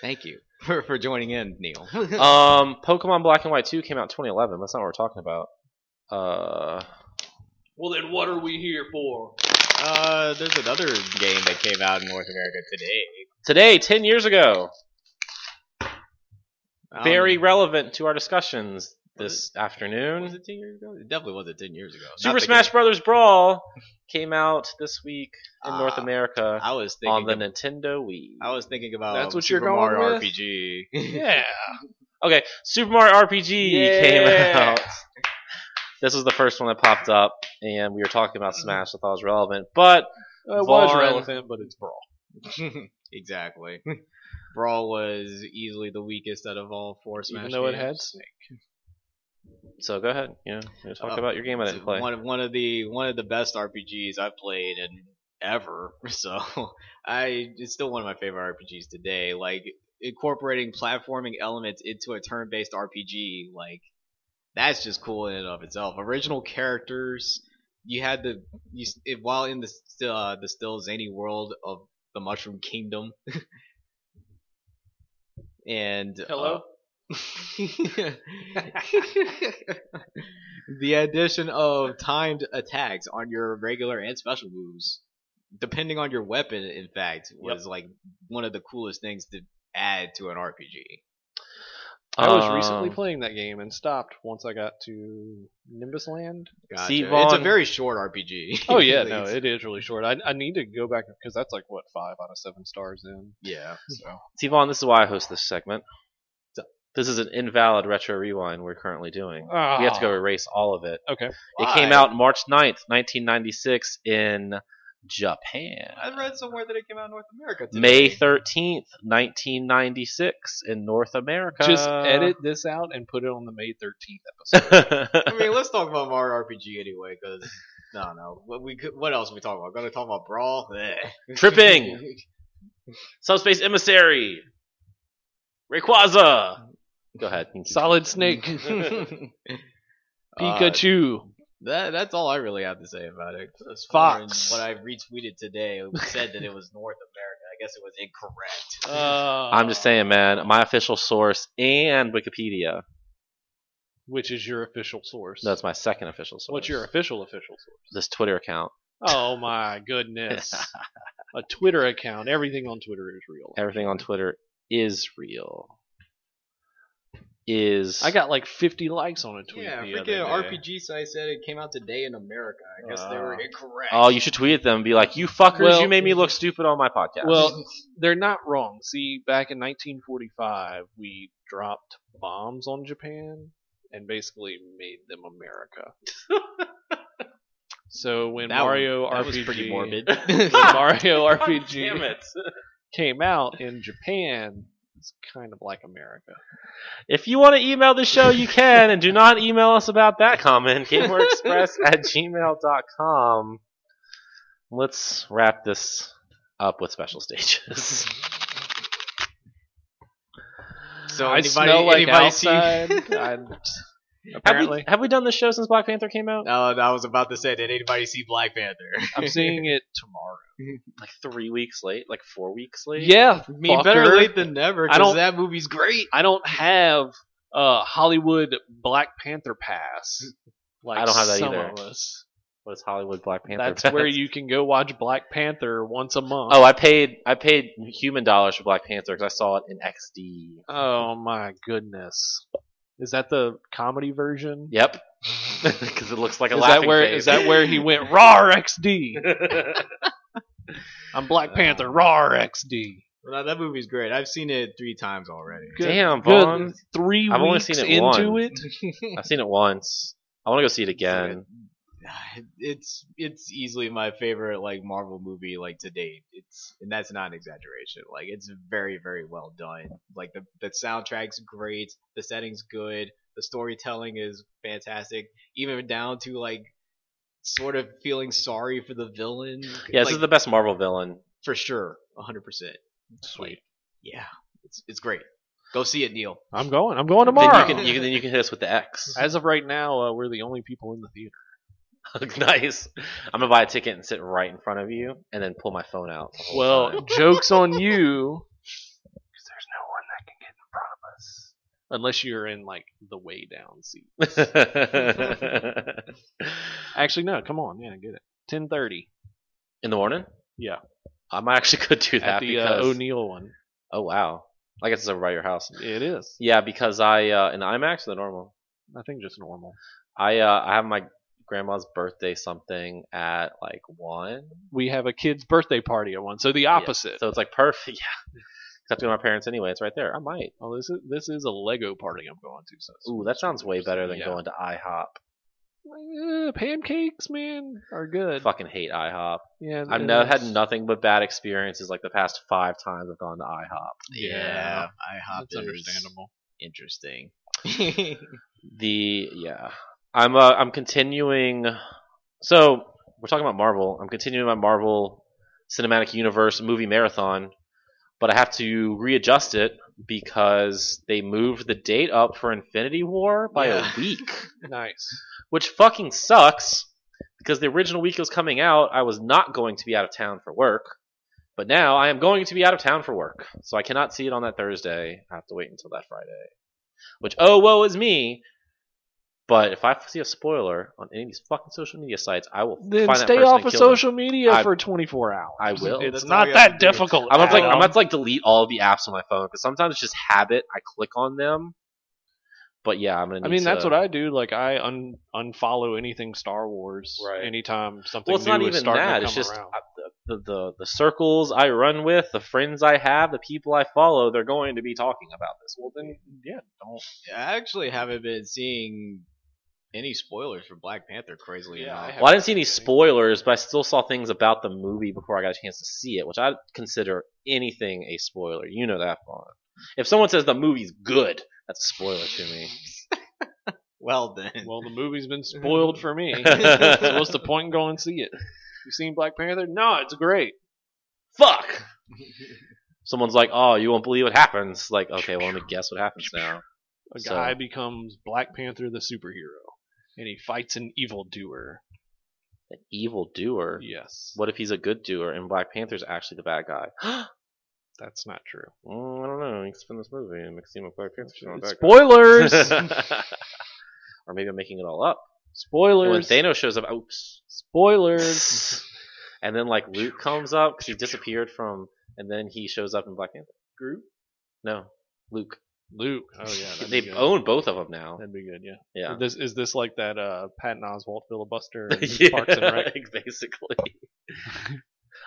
Speaker 4: Thank you for, for joining in, Neil.
Speaker 2: um, Pokemon Black and White 2 came out in 2011. That's not what we're talking about. Uh,
Speaker 3: Well, then what are we here for?
Speaker 4: Uh, there's another game that came out in North America today.
Speaker 2: today, 10 years ago,
Speaker 3: Um,
Speaker 4: I don't
Speaker 2: very
Speaker 4: know.
Speaker 2: relevant to our discussions this
Speaker 4: Was
Speaker 2: afternoon.
Speaker 4: it ten years ago? It definitely wasn't ten years ago. Not
Speaker 2: Super
Speaker 4: the
Speaker 2: Smash
Speaker 4: game.
Speaker 2: Brothers Brawl came out this week in
Speaker 4: Ah,
Speaker 2: North America
Speaker 4: I was thinking.
Speaker 2: on the
Speaker 4: ab-
Speaker 2: Nintendo Wii.
Speaker 4: I was thinking about.
Speaker 3: That's what
Speaker 4: Super
Speaker 3: you're going
Speaker 4: Mario
Speaker 3: with?
Speaker 4: RPG.
Speaker 3: Yeah.
Speaker 2: Okay, Super Mario RPG came
Speaker 3: Yeah.
Speaker 2: out. This was the first one that popped up, and we were talking
Speaker 4: Mm-hmm.
Speaker 2: about Smash. I thought it was relevant, but
Speaker 3: It was
Speaker 2: Vaughn.
Speaker 3: relevant, but it's brawl.
Speaker 4: exactly. Brawl was easily the weakest out of all four Smash
Speaker 3: Even though it
Speaker 4: games.
Speaker 3: had Snake.
Speaker 2: so go ahead. You know, you talk
Speaker 4: Oh,
Speaker 2: about your game I didn't
Speaker 4: It's
Speaker 2: play.
Speaker 4: One of one of the one of the best RPGs I've played in ever. So I it's still one of my favorite RPGs today. Like incorporating platforming elements into a turn-based RPG, like that's just cool in and of itself. Original characters. You had the you s- it, while in the st- uh, the still zany world of the Mushroom Kingdom. and uh,
Speaker 3: Hello?
Speaker 4: the addition of timed attacks on your regular and special moves, depending on your weapon, in fact, was like one of the coolest things to add to an RPG.
Speaker 3: I was recently
Speaker 2: Um,
Speaker 3: playing that game and stopped once I got to Nimbus Land.
Speaker 2: See,
Speaker 4: it's a
Speaker 2: Vaughn-
Speaker 4: very short RPG.
Speaker 3: Oh yeah, no,
Speaker 4: It's-
Speaker 3: it is really short. I, I need to go back because that's like what five out of seven stars in.
Speaker 4: yeah. So
Speaker 2: Tivon, this is why I host this segment. This is an invalid retro rewind we're currently doing. We have to go erase all of it.
Speaker 3: Okay.
Speaker 2: It came
Speaker 4: Ah. Why?
Speaker 2: out March 9th, 1996 in Japan.
Speaker 4: I read somewhere that it came out in North America. Today.
Speaker 2: May 13th, 1996 in North America.
Speaker 3: Just edit this out and put it on the May thirteenth episode.
Speaker 4: I
Speaker 2: I
Speaker 4: mean, let's talk about Mario RPG anyway, because. No, no. What we could, what else are we talking about? Gonna talk about brawl? Eh.
Speaker 2: Tripping. Subspace Emissary. Rayquaza. Go ahead.
Speaker 3: Solid Snake,
Speaker 4: Uh,
Speaker 3: Pikachu.
Speaker 4: That that's all I really have to say about it. As far as
Speaker 3: Fox.
Speaker 4: what I retweeted today it said that it was North America. I guess it was incorrect.
Speaker 3: Uh,
Speaker 2: I'm just saying, man. My official source and Wikipedia.
Speaker 3: Which is your official source?
Speaker 2: That's my second official source.
Speaker 3: What's your official official source?
Speaker 2: this Twitter account?
Speaker 3: Oh my goodness! A Twitter account. Everything on Twitter is real.
Speaker 2: Everything on Twitter is real. Is
Speaker 3: I got like 50 likes on a tweet. the other day. Uh,
Speaker 4: site said it came out today in America. I
Speaker 3: guess they were
Speaker 4: incorrect.
Speaker 2: Oh, you should tweet at them and be like, "You fuckers,
Speaker 3: Well-
Speaker 2: you made me look stupid on my podcast."
Speaker 3: Well, they're not wrong. See, back in 1945, we dropped bombs on Japan and basically made them America. so when
Speaker 4: That
Speaker 3: Mario
Speaker 4: that
Speaker 3: RPG
Speaker 4: was pretty morbid.
Speaker 3: when Mario
Speaker 2: damn
Speaker 3: RPG
Speaker 2: it!
Speaker 3: came out in Japan, it's kind of like America.
Speaker 2: If you want to email the show, you can, and do not email us about that comment. GameWareExpress at gmail.com. Let's wrap this up with special stages.
Speaker 4: so
Speaker 3: I
Speaker 4: anybody,
Speaker 3: smell like
Speaker 4: anybody see-
Speaker 3: outside. I,
Speaker 2: Have we,
Speaker 3: apparently,
Speaker 2: have we done this show since Black Panther came out?
Speaker 4: No, I was about to say, did anybody see Black Panther?
Speaker 3: I'm seeing it tomorrow.
Speaker 2: Like three weeks late? Like four weeks late?
Speaker 3: Yeah,
Speaker 4: I mean, better late than never.
Speaker 3: I
Speaker 4: Because
Speaker 3: don't-
Speaker 4: that movie's great.
Speaker 3: I don't have a Hollywood Black Panther pass. Like
Speaker 2: I don't have that
Speaker 3: some
Speaker 2: either.
Speaker 3: Of us.
Speaker 2: what is Hollywood Black Panther?
Speaker 3: That's
Speaker 2: event?
Speaker 3: where you can go watch Black Panther once a month.
Speaker 2: Oh, I paid I paid human dollars for Black Panther because I saw it in XD.
Speaker 3: Oh my goodness. Is that the comedy version?
Speaker 2: Yep, because it looks like a
Speaker 3: Is
Speaker 2: laughing
Speaker 3: that where
Speaker 2: face.
Speaker 3: is that where he went rawr XD? I'm Black
Speaker 4: Uh,
Speaker 3: Panther rawr XD.
Speaker 4: Well, that movie's great. I've seen it three times already.
Speaker 2: Damn,
Speaker 3: Good
Speaker 2: Vaughn.
Speaker 3: 3
Speaker 2: I've only
Speaker 3: weeks
Speaker 2: seen it
Speaker 3: into
Speaker 2: once.
Speaker 3: it.
Speaker 2: I've seen it once. I want to go see it again.
Speaker 4: It's it's easily my favorite like Marvel movie like to date. It's and that's not an exaggeration. Like it's very very well done. Like the the soundtrack's great, the setting's good, the storytelling is fantastic. Even down to like sort of feeling sorry for the villain.
Speaker 2: Yeah, this
Speaker 4: Like,
Speaker 2: is the best Marvel villain.
Speaker 4: for sure, hundred percent.
Speaker 3: Sweet.
Speaker 4: Yeah, it's it's great. Go see it, Neil.
Speaker 3: I'm going. I'm going
Speaker 2: Then you
Speaker 3: tomorrow.
Speaker 2: can you, can- then you can hit us with the X.
Speaker 3: As of right now, uh, we're the only people in the theater.
Speaker 2: nice. I'm gonna buy a ticket and sit right in front of you, and then pull my phone out. the whole
Speaker 3: Well,
Speaker 2: time.
Speaker 3: jokes on you. Because there's no one that can get in front of us unless you're in like the way down seat. Actually, no. Come on, yeah, get it. Ten thirty
Speaker 2: in the morning.
Speaker 3: Yeah.
Speaker 2: I might actually could do that
Speaker 3: at the uh,
Speaker 2: because
Speaker 3: O'Neill one.
Speaker 2: oh wow, I guess it's over by your house.
Speaker 3: It is.
Speaker 2: Yeah, because I uh, in the IMAX or the normal.
Speaker 3: I think just normal.
Speaker 2: I uh, I have my grandma's birthday something at like one.
Speaker 3: We have a kid's birthday party at one, so the opposite.
Speaker 2: So it's like perfect. Yeah. Except to my parents anyway. It's right there. I might.
Speaker 3: oh, this is this is a Lego party I'm going to. So it's-
Speaker 2: Ooh, that sounds way better than
Speaker 3: Yeah.
Speaker 2: going to IHOP.
Speaker 3: Uh, pancakes, man, are good.
Speaker 2: Fucking hate IHOP.
Speaker 3: Yeah,
Speaker 2: I've
Speaker 3: it
Speaker 2: no,
Speaker 3: is.
Speaker 2: had nothing but bad experiences like the past five times I've gone to IHOP.
Speaker 3: Yeah,
Speaker 4: I hopped.
Speaker 3: That's understandable.
Speaker 4: Interesting.
Speaker 2: The yeah, I'm uh, I'm continuing. So we're talking about Marvel. I'm continuing my Marvel Cinematic Universe movie marathon, but I have to readjust it because they moved the date up for Infinity War by
Speaker 4: Yeah.
Speaker 2: a week,
Speaker 3: Nice.
Speaker 2: which fucking sucks. Because the original week it was coming out, I was not going to be out of town for work. But now I am going to be out of town for work, so I cannot see it on that Thursday. I have to wait until that Friday. Which, oh, woe is me. But if I see a spoiler on any of these fucking social media sites, I will
Speaker 3: Then
Speaker 2: find that
Speaker 3: stay
Speaker 2: person
Speaker 3: off
Speaker 2: and
Speaker 3: of
Speaker 2: kill them.
Speaker 3: social media
Speaker 2: I-
Speaker 3: for 24 hours.
Speaker 2: I will.
Speaker 3: It's
Speaker 4: That's all
Speaker 3: not
Speaker 4: you have
Speaker 3: that
Speaker 4: to do.
Speaker 3: difficult.
Speaker 2: I'm about to like,
Speaker 3: Adam.
Speaker 2: I'm about to like delete all of the apps on my phone because sometimes it's just habit. I click on them. But yeah, I'm gonna. Need
Speaker 3: I mean, that's
Speaker 2: to-
Speaker 3: what I do. Like, I un- unfollow anything Star Wars
Speaker 2: Right.
Speaker 3: anytime something
Speaker 2: Well, it's
Speaker 3: new
Speaker 2: not
Speaker 3: is
Speaker 2: even
Speaker 3: starting
Speaker 2: that.
Speaker 3: to
Speaker 2: It's
Speaker 3: come
Speaker 2: just
Speaker 3: around.
Speaker 2: uh, the, the the the circles I run with, the friends I have, the people I follow. They're going to be talking about this. Well, then,
Speaker 3: yeah, don't.
Speaker 4: I actually haven't been seeing any spoilers for Black Panther, crazily
Speaker 3: Yeah, I
Speaker 4: enough.
Speaker 3: haven't.
Speaker 2: well, I didn't see any spoilers, but I still saw things about the movie before I got a chance to see it, which I consider anything a spoiler. You know that, Vaughn. If someone says the movie's good, that's a spoiler to me.
Speaker 4: Well then,
Speaker 3: Well, the movie's been spoiled for me. so what's the point in going and see it? You seen Black Panther? No, it's great.
Speaker 2: fuck. Someone's like, oh, you won't believe what happens. Like, okay, well, let me guess what happens now.
Speaker 3: A
Speaker 2: So-
Speaker 3: guy becomes Black Panther the superhero, and he fights an evildoer.
Speaker 2: An evil doer.
Speaker 3: Yes,
Speaker 2: What if he's a good doer and Black Panther's actually the bad guy?
Speaker 3: that's not true.
Speaker 2: Mm, I don't know. You can spin this movie and make it seem like Black Panther's not a bad guy.
Speaker 3: Spoilers. Oh,
Speaker 2: or maybe I'm making it all up. And when
Speaker 3: Spoilers.
Speaker 2: Thanos shows up, oops.
Speaker 3: Spoilers.
Speaker 2: And then like Luke comes up 'cause he disappeared from, and then he shows up in Black Panther.
Speaker 3: Groot.
Speaker 2: No, Luke.
Speaker 3: Luke. Oh yeah. that'd be
Speaker 2: they
Speaker 3: good.
Speaker 2: own both of them now.
Speaker 3: That'd be good. Yeah.
Speaker 2: Yeah.
Speaker 3: This is this like that uh, Patton Oswalt filibuster in
Speaker 2: yeah,
Speaker 3: Parks and Rec.
Speaker 2: basically.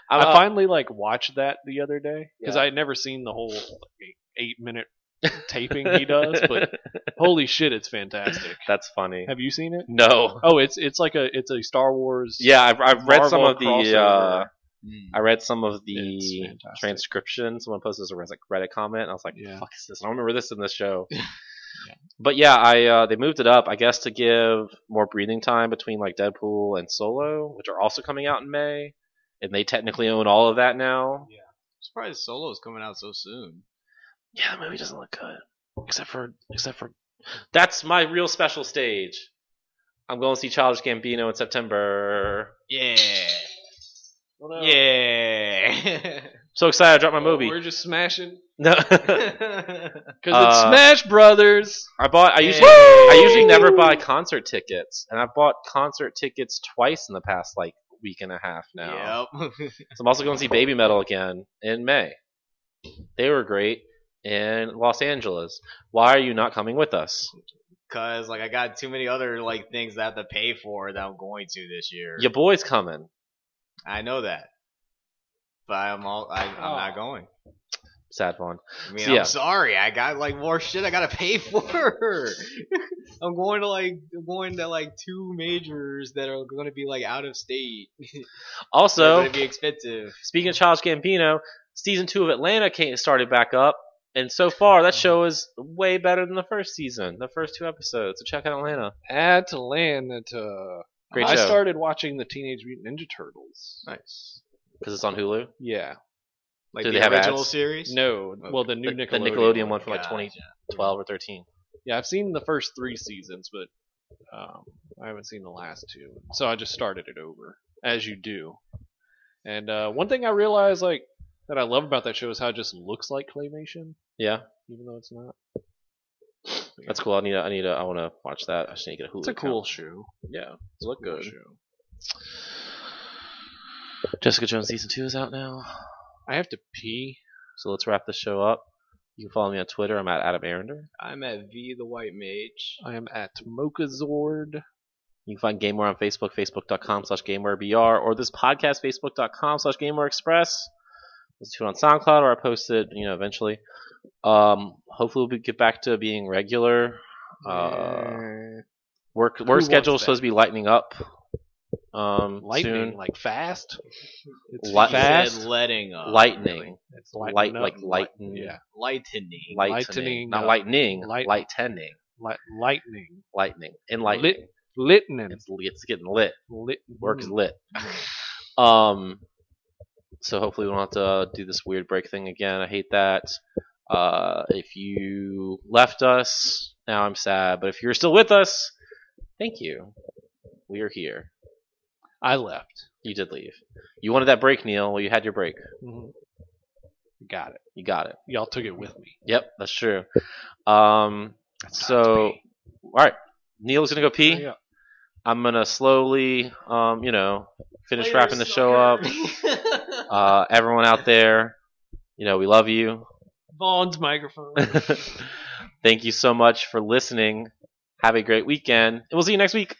Speaker 3: I
Speaker 2: I'm, uh,
Speaker 3: finally like watched that the other day because
Speaker 2: Yeah.
Speaker 3: I had never seen the whole like, eight minute taping he does, but holy shit, it's fantastic.
Speaker 2: that's funny.
Speaker 3: Have you seen it?
Speaker 2: No.
Speaker 3: Oh, it's it's like a it's a Star Wars.
Speaker 2: Yeah, I've, I've read some
Speaker 3: Marvel
Speaker 2: of the
Speaker 3: crossover. Hmm.
Speaker 2: uh, I read some of the
Speaker 3: It's fantastic.
Speaker 2: transcription. Someone posted this like Reddit comment, and I was like,
Speaker 3: Yeah.
Speaker 2: "Fuck is this?" I don't remember this in this show. But yeah, I uh, they moved it up, I guess, to give more breathing time between like Deadpool and Solo, which are also coming out in May, and they technically own all of that now.
Speaker 4: surprised Solo's coming out so soon.
Speaker 2: Yeah, the movie doesn't look good, except for except for that's my real special stage. I'm going to see Childish Gambino in September.
Speaker 4: Yeah,
Speaker 3: Well, no,
Speaker 4: yeah.
Speaker 2: So excited! I dropped my movie.
Speaker 4: We're just smashing.
Speaker 2: No,
Speaker 3: Because it's
Speaker 2: Uh,
Speaker 3: Smash Brothers.
Speaker 2: I bought. I usually, I usually never buy concert tickets, and I've bought concert tickets twice in the past like week and a half now.
Speaker 4: Yep.
Speaker 2: So I'm also going to see Baby Metal again in May. They were great in Los Angeles. Why are you not coming with us?
Speaker 4: Cause like I got too many other like things that I have to pay for that I'm going to this year.
Speaker 2: Your boy's coming.
Speaker 4: I know that, but I'm all I, I'm
Speaker 3: Oh.
Speaker 4: not going.
Speaker 2: Sad one.
Speaker 4: I mean,
Speaker 2: So,
Speaker 4: I'm
Speaker 2: yeah.
Speaker 4: sorry. I got like more shit I gotta pay for. I'm going to like I'm going to like two majors that are going to be like out of state. They're
Speaker 2: Also,
Speaker 4: going to be expensive.
Speaker 2: speaking of Charles Gambino, season two of Atlanta came, started back up, and so far that show is way better than the first season, the first two episodes. So check out Atlanta.
Speaker 3: Atlanta.
Speaker 2: Great
Speaker 3: I
Speaker 2: show.
Speaker 3: started watching the Teenage Mutant Ninja Turtles.
Speaker 4: Nice.
Speaker 2: because it's on Hulu.
Speaker 3: Yeah.
Speaker 4: Like
Speaker 2: Do
Speaker 4: the
Speaker 2: they have
Speaker 4: original
Speaker 2: ads?
Speaker 4: series.
Speaker 3: No. Well, the new
Speaker 2: The-
Speaker 3: Nickelodeon.
Speaker 2: the Nickelodeon one from like
Speaker 4: Gotcha.
Speaker 2: 2012 or 13.
Speaker 3: Yeah, I've seen the first three seasons, but um, I haven't seen the last two. So I just started it over, as you do. And uh, one thing I realized, like, that I love about that show is how it just looks like claymation,
Speaker 2: Yeah,
Speaker 3: even though it's not.
Speaker 2: that's cool. I need. A, I need. A, I want to watch that. I just need to get a Hulu.
Speaker 3: It's a
Speaker 2: account.
Speaker 3: cool show. Yeah,
Speaker 2: It looked
Speaker 3: cool
Speaker 2: good.
Speaker 3: show.
Speaker 2: Jessica Jones season two is out now.
Speaker 3: I have to pee.
Speaker 2: So let's wrap this show up. You can follow me on Twitter. I'm at Adam Arender.
Speaker 4: I'm at V the White Mage.
Speaker 3: I am at Mochazord.
Speaker 2: You can find GameWare on Facebook, facebook.com slash GameWareBR, or this podcast, facebook.com slash GameWare Express. Listen to it on SoundCloud, or I post it, you know, eventually. Um, hopefully we'll be- get back to being regular. Uh, work work
Speaker 3: wants
Speaker 2: schedule is
Speaker 3: that?
Speaker 2: supposed to be lightening up um,
Speaker 3: lightning,
Speaker 2: soon.
Speaker 3: like fast. It's
Speaker 2: Li-
Speaker 4: He
Speaker 2: Uh, fast?
Speaker 4: said letting up.
Speaker 2: lightning.
Speaker 3: It's
Speaker 2: Light,
Speaker 3: lighten up,
Speaker 2: like lighten.
Speaker 3: Yeah,
Speaker 4: Lightening.
Speaker 2: Lightening.
Speaker 3: Lightening
Speaker 2: Not
Speaker 3: up.
Speaker 2: lightning.
Speaker 3: Light-
Speaker 2: lightening.
Speaker 3: Li- lightning,
Speaker 2: Lightning. And lightning.
Speaker 3: lightning,
Speaker 2: It's, it's getting lit.
Speaker 3: Lit- mm.
Speaker 2: Work is lit. Um, so hopefully we don't have to uh, do this weird break thing again. I hate that. Uh, if you left us, now I'm sad. But if you're still with us, thank you. We are here.
Speaker 3: I left.
Speaker 2: You did leave. You wanted that break, Neil. Well, you had your break.
Speaker 3: Got it.
Speaker 2: You got it.
Speaker 3: Y'all took it with me.
Speaker 2: Yep, that's true. Um, so, all right. Neil's gonna go pee.
Speaker 3: Yeah.
Speaker 2: I'm gonna slowly, um, you know, finish
Speaker 4: Oh,
Speaker 2: wrapping the show up.
Speaker 4: up.
Speaker 2: Uh, everyone out there, you know, we love you.
Speaker 3: Vaughn's microphone.
Speaker 2: Thank you so much for listening. Have a great weekend. And we'll see you next week.